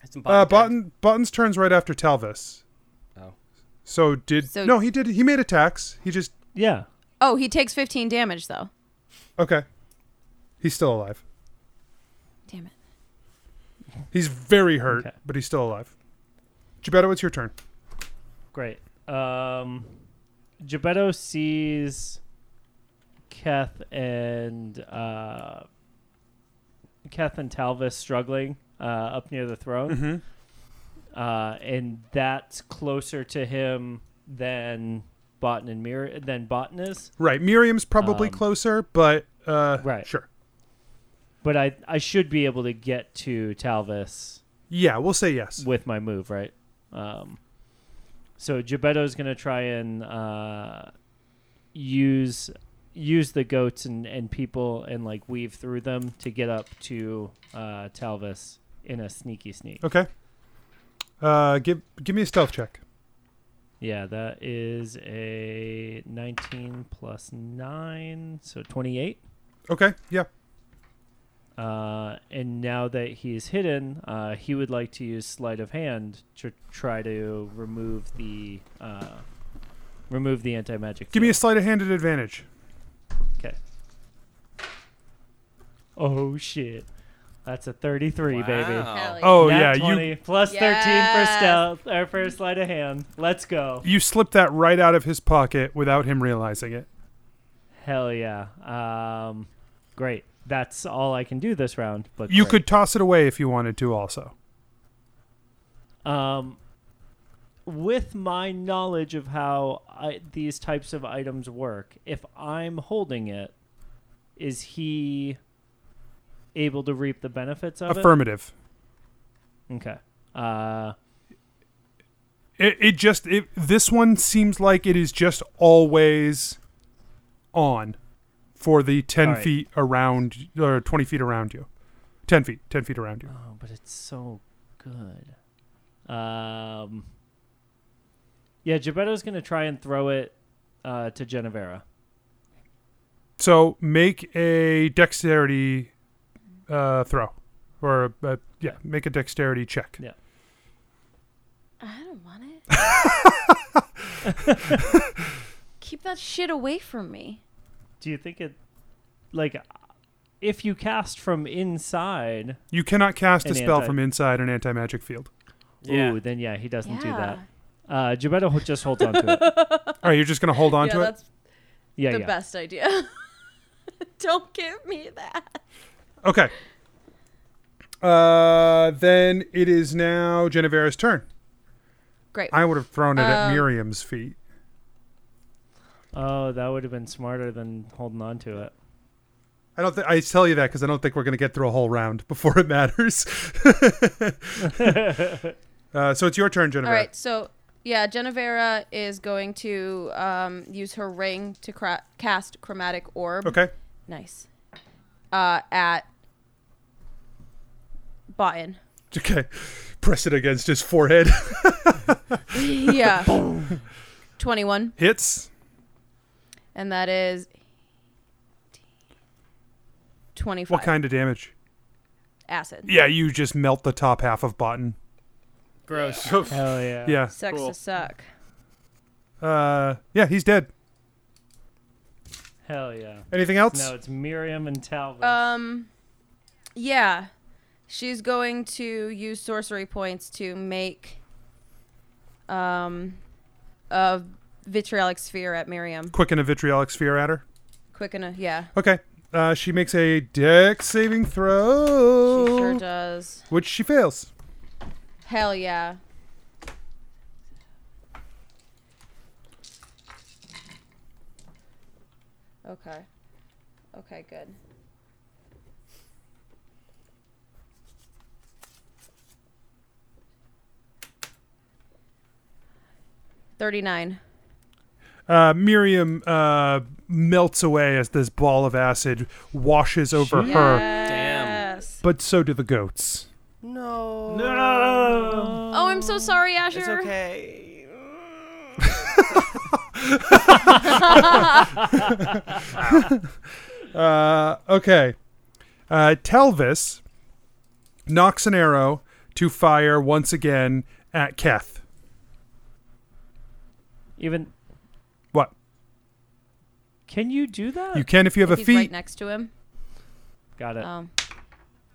G: That's some
A: Uh,
G: bottom guys.
A: Button Button's turns right after Talvis.
G: Oh.
A: So did
B: So-
A: no? He did. He made attacks. He just
D: yeah.
B: Oh, he takes 15 damage though.
A: okay. He's still alive.
B: Damn it.
A: He's very hurt,
D: Okay.
A: but he's still alive. Gebetto, it's your turn.
D: Great. Um, Gebetto sees Keth and uh, Keth and Talvis struggling uh, up near the throne, uh, and that's closer to him than Botan and Mir- than Botan is.
A: Right. Miriam's probably
D: Um,
A: closer, but uh,
D: Right.
A: Sure.
D: But I I should be able to get to Talvis
A: Yeah, we'll say yes.
D: with my move, right? Um, so Gebetto's gonna try and uh, use use the goats and, and people and like weave through them to get up to uh, Talvis in a sneaky sneak.
A: Okay. Uh, give give me a stealth check.
D: Yeah, that is a nineteen plus nine, so twenty eight.
A: Okay. Yeah.
D: Uh, and now that he's hidden, uh, he would like to use sleight of hand to try to remove the uh, remove the anti magic.
A: Give me a sleight of hand at advantage.
D: okay. Oh shit, that's a thirty-three, baby.
G: Wow.
I: Hell
A: Oh
D: Nat
A: yeah,
D: 20,
A: you
D: plus
I: Yes.
D: thirteen for stealth or for sleight of hand. Let's go.
A: you slipped that right out of his pocket without him realizing it.
D: Hell yeah. Um, great. That's all I can do this round. But
A: You
D: great.
A: could toss it away if you wanted to, also.
D: Um, with my knowledge of how I, these types of items work, if I'm holding it, is he able to reap the benefits of
A: Affirmative.
D: it? Okay. Uh,
A: It, it just it, this one seems like it is just always on for the ten
D: All right.
A: feet around or twenty feet around you, ten feet, ten feet around you.
D: oh, but it's so good. Um, yeah, Gebetto's going to try and throw it uh, to Genevera.
A: So make a dexterity uh, throw, or uh, yeah, make a dexterity check.
D: Yeah.
I: I don't want it.
B: Keep that shit away from me.
D: Do you think it, like, if you cast from inside,
A: You cannot cast
D: An
A: a spell
D: anti-
A: from inside an anti magic field.
D: ooh, then yeah, he doesn't do that.
I: Yeah.
D: Uh, Gebetto ho- just holds on to it.
A: All right, you're just gonna hold on
I: yeah,
A: to it.
I: that's
D: Yeah,
I: the
D: yeah.
I: best idea. don't give me that.
A: Okay. Uh, then it is now Genevera's turn.
B: Great.
A: I would have thrown it at Miriam's feet.
D: Oh, that would have been smarter than holding on to it.
A: I don't. Th- I tell you that because I don't think we're going to get through a whole round before it matters. uh, so it's your turn, Jennifer.
B: All right, so yeah, Genevera is going to um, use her ring to cra- cast chromatic orb.
A: Okay.
B: Nice. Uh, at Botan.
A: Okay. Press it against his forehead.
B: Yeah. 21,
A: Hits.
B: and that is 25
A: What kind of damage?
B: acid.
A: Yeah, you just melt the top half of Botan.
G: Gross.
D: Hell yeah.
A: Yeah.
B: Sucks
F: Cool.
B: to suck.
A: Uh, yeah, he's dead.
D: Hell yeah.
A: Anything else?
D: No, it's Miriam and Talbot.
B: Um, yeah, she's going to use sorcery points to make um a vitriolic sphere at Miriam.
A: Quicken a vitriolic sphere at her.
B: Quick enough, yeah.
A: Okay. Uh, she makes a deck saving throw,
B: She sure does.
A: which she fails.
B: Hell yeah. Okay. Okay, good. Thirty-nine.
A: Uh, Miriam uh, melts away as this ball of acid washes over her,
B: Yes.
A: but so do the goats.
E: No.
C: No.
B: Oh, I'm so sorry, Asher.
E: It's okay.
A: Uh, okay. Uh, Telvis knocks an arrow to fire once again at Keth.
D: Even
A: What?
D: can you do that?
A: You can if you have a
B: He's
A: feat.
B: right next to him.
D: Got it.
B: Um,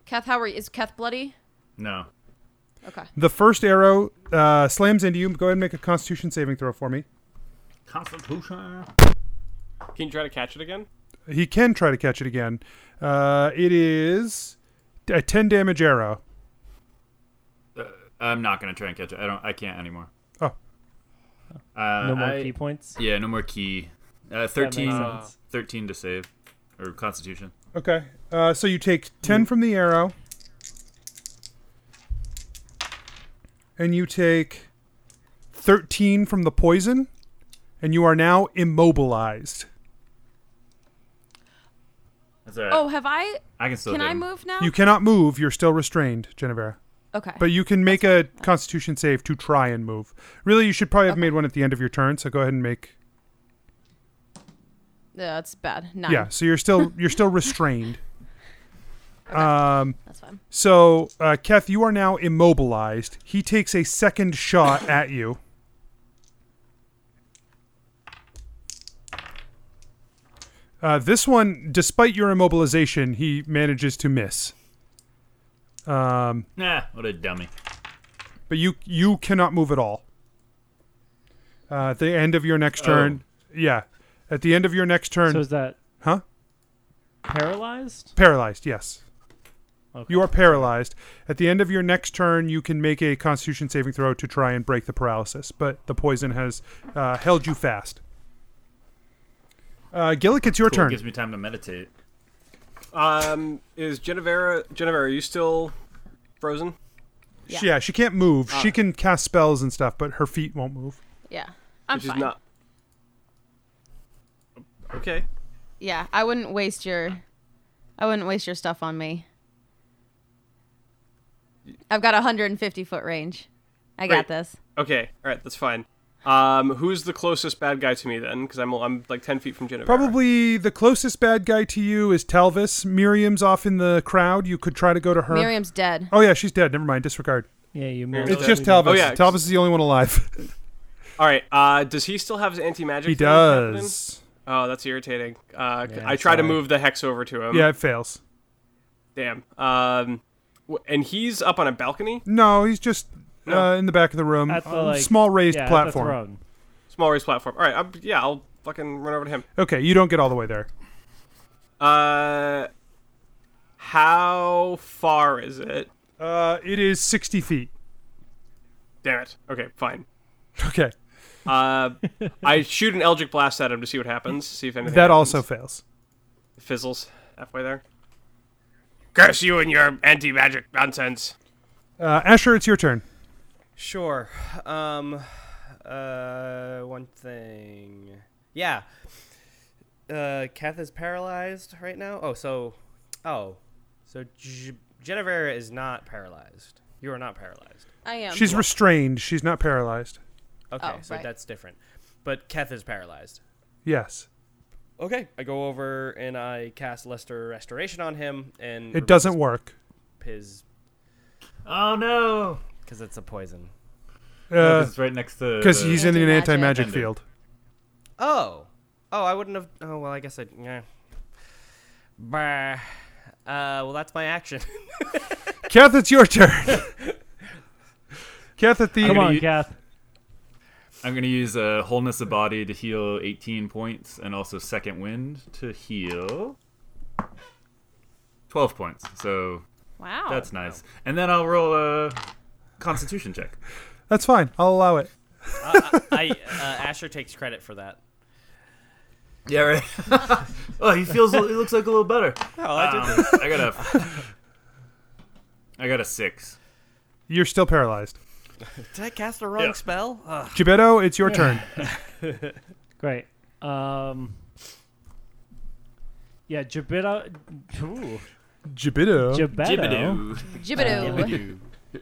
B: Kath, how are you? Is Kath bloody?
C: No.
B: Okay.
A: the first arrow uh, slams into you. Go ahead and make a Constitution saving throw for me.
C: Constitution.
F: Can you try to catch it again?
A: He can try to catch it again. Uh, it is a ten damage arrow.
C: I'm not gonna try and catch it. I don't. I can't anymore.
A: Oh.
C: Uh,
D: no more
C: I-
D: key points.
C: Yeah, no more key. Uh,
D: That makes
C: 13,
D: sense.
C: 13 to save, or Constitution.
A: Okay. Uh, so you take ten from the arrow, and you take thirteen from the poison, and you are now immobilized.
C: That's all right.
B: Oh, have I?
C: I can still.
B: Can
C: do
B: I
C: it.
B: move now?
A: You cannot move. You're still restrained, Genevera.
B: Okay.
A: But you can make a Constitution save to try and move. Really, you should probably have made one at the end of your turn. So go ahead and make.
B: Yeah, that's bad. Nine.
A: Yeah. So you're still you're still restrained.
B: That's fine.
A: So, uh, Keth, you are now immobilized. He takes a second shot at you. Uh, this one, despite your immobilization, he manages to miss.
C: Nah, what a dummy.
A: But you you cannot move at all. Uh, at the end of your next turn, yeah. At the end of your next turn,
D: Oh. So is that
A: Huh?
D: Paralyzed?
A: paralyzed. Yes,
D: Okay.
A: you are paralyzed. At the end of your next turn, you can make a Constitution saving throw to try and break the paralysis, but the poison has uh, held you fast. Uh, Gillick, it's your
C: Cool,
A: turn.
C: Gives me time to meditate.
F: Um, is Genevera Genevera? Are you still frozen?
A: yeah. she can't move. she can cast spells and stuff, but her feet won't move.
B: Yeah. I'm
F: She's
B: fine.
F: not. Okay.
B: Yeah, I wouldn't waste your I wouldn't waste your stuff on me. I've got a 150 foot range. I got
F: Right.
B: this.
F: Okay. All right. That's fine. Um, who's the closest bad guy to me then? Because I'm I'm like ten feet from Genevera.
A: Probably the closest bad guy to you is Talvis. Miriam's off in the crowd. You could try to go to her.
B: Miriam's dead.
A: Oh yeah, she's dead. Never mind. Disregard.
D: Yeah, you
F: It's
D: moved.
A: It's just
F: Talbot.
A: Talvis.
F: Oh, yeah.
A: Talvis is the only one alive.
F: All right. Uh, does he still have his anti magic?
A: he does.
F: Oh, that's irritating. Uh, c-
D: Yeah,
F: I try to
D: sorry.
F: move the hex over to him.
A: Yeah, it fails.
F: Damn. Um, w- and he's up on a balcony,
A: No, he's just uh,
F: No.
A: in the back of the room,
D: At the,
A: on a
D: like-
A: small raised
D: yeah, at the
A: platform.
D: throne.
F: small raised platform. All right. I'm, yeah, I'll fucking run over to him.
A: Okay, you don't get all the way there.
F: Uh, how far is it?
A: Uh, it is sixty feet.
F: Damn it. Okay, fine.
A: Okay,
F: Uh, I shoot an Eldritch Blast at him to see what happens. See if anything
A: that
F: happens.
A: also fails.
F: fizzles halfway there. Curse you and your anti magic nonsense.
A: Uh, Asher, it's your turn.
E: Sure. Um. Uh. One thing.
G: Yeah. Uh, Kath is paralyzed right now. Oh, so, oh, so J- Genevera is not paralyzed. You are not paralyzed.
B: I am.
A: She's restrained. She's not paralyzed.
G: Okay,
B: Oh,
G: so
B: right.
G: that's different. But Kath is paralyzed.
A: Yes,
G: Okay, I go over and I cast Lester Restoration on him, and
A: it doesn't work.
G: his
C: Oh no!
G: because it's a poison.
C: No, 'cause
A: Because
C: it's right next to. the-
A: Uh, he's in an
B: Anti-magic.
A: anti magic
C: Defender.
A: field.
G: Oh. Oh, I wouldn't have. Oh, well, I guess I. Yeah. Bah. Uh, well, that's my action.
A: Kath, it's your turn. Kath, at the
D: Come on,
C: you-
D: Kath.
C: I'm gonna use uh, wholeness of body to heal 18 points, and also second wind to heal 12 points. So
B: Wow.
C: that's nice. And then I'll roll a Constitution check.
A: that's fine. I'll allow it.
G: I uh, Asher takes credit for that.
C: Yeah, right. oh, he feels. He looks like a little better. Um, I got a. I got a six.
A: You're still paralyzed.
G: Did I cast a wrong
C: Yeah.
G: spell? Ugh.
A: Gibetto, it's your turn.
D: Great. Um, yeah, Gibetto. Ooh,
A: Gibetto.
D: Gibetto
G: Oh.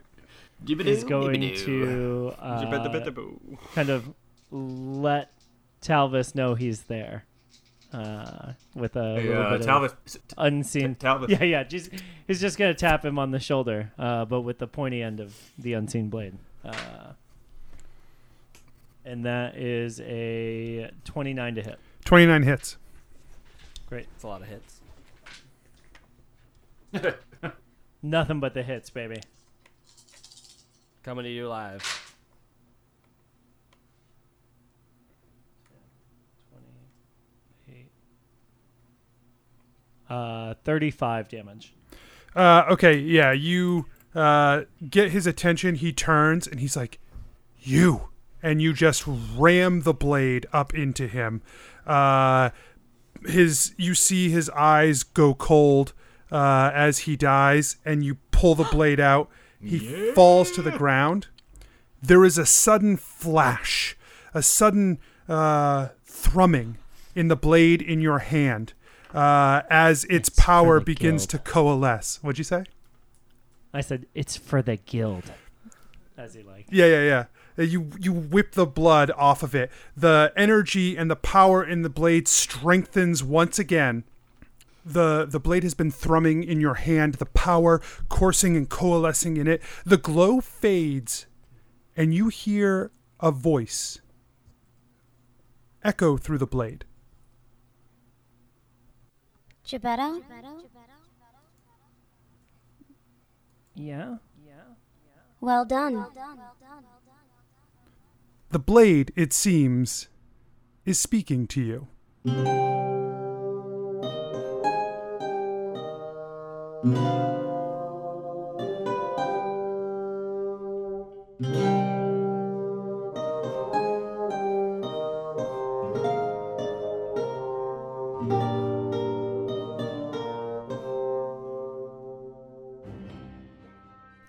B: Jibidoo.
D: is going to uh, kind of let Talvis know he's there uh, with a
C: Hey,
D: little
C: uh,
D: bit
C: Talbot.
D: of unseen.
C: Talbot.
D: Yeah, yeah. Just, he's just gonna tap him on the shoulder, uh, but with the pointy end of the unseen blade. Uh, and that is a twenty-nine to hit.
A: 29 hits.
G: It's a lot of hits.
D: Nothing but the hits, baby.
G: Coming to you live.
D: 28. Uh, 35 damage.
A: Uh, okay, yeah, you uh, get his attention. He turns and he's like, You! And you just ram the blade up into him. Uh, his, you see his eyes go cold uh, as he dies, and you pull the blade out. He falls to the ground. There is a sudden flash, a sudden uh, thrumming in the blade in your hand uh, as its power
D: the
A: begins
D: guild.
A: to coalesce. What'd you say?
D: I said, it's for the guild. As he like.
A: Yeah, yeah, yeah. Uh, You you whip the blood off of it. The energy and the power in the blade strengthens once again. The the blade has been thrumming in your hand, the power coursing and coalescing in it. The glow fades and you hear a voice echo through the blade.
J: Gibetto?
D: Yeah.
J: Well done.
A: The blade, it seems, is speaking to you.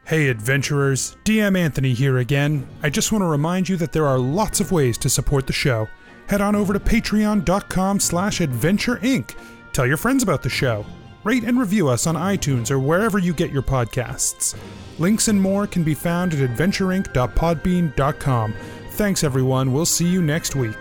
A: Hey adventurers, DM Anthony here again. I just want to remind you that there are lots of ways to support the show. Head on over to patreon.com slash adventure inc. Tell your friends about the show. Rate and review us on iTunes or wherever you get your podcasts. Links and more can be found at adventureinc.podbean.com. Thanks everyone, we'll see you next week.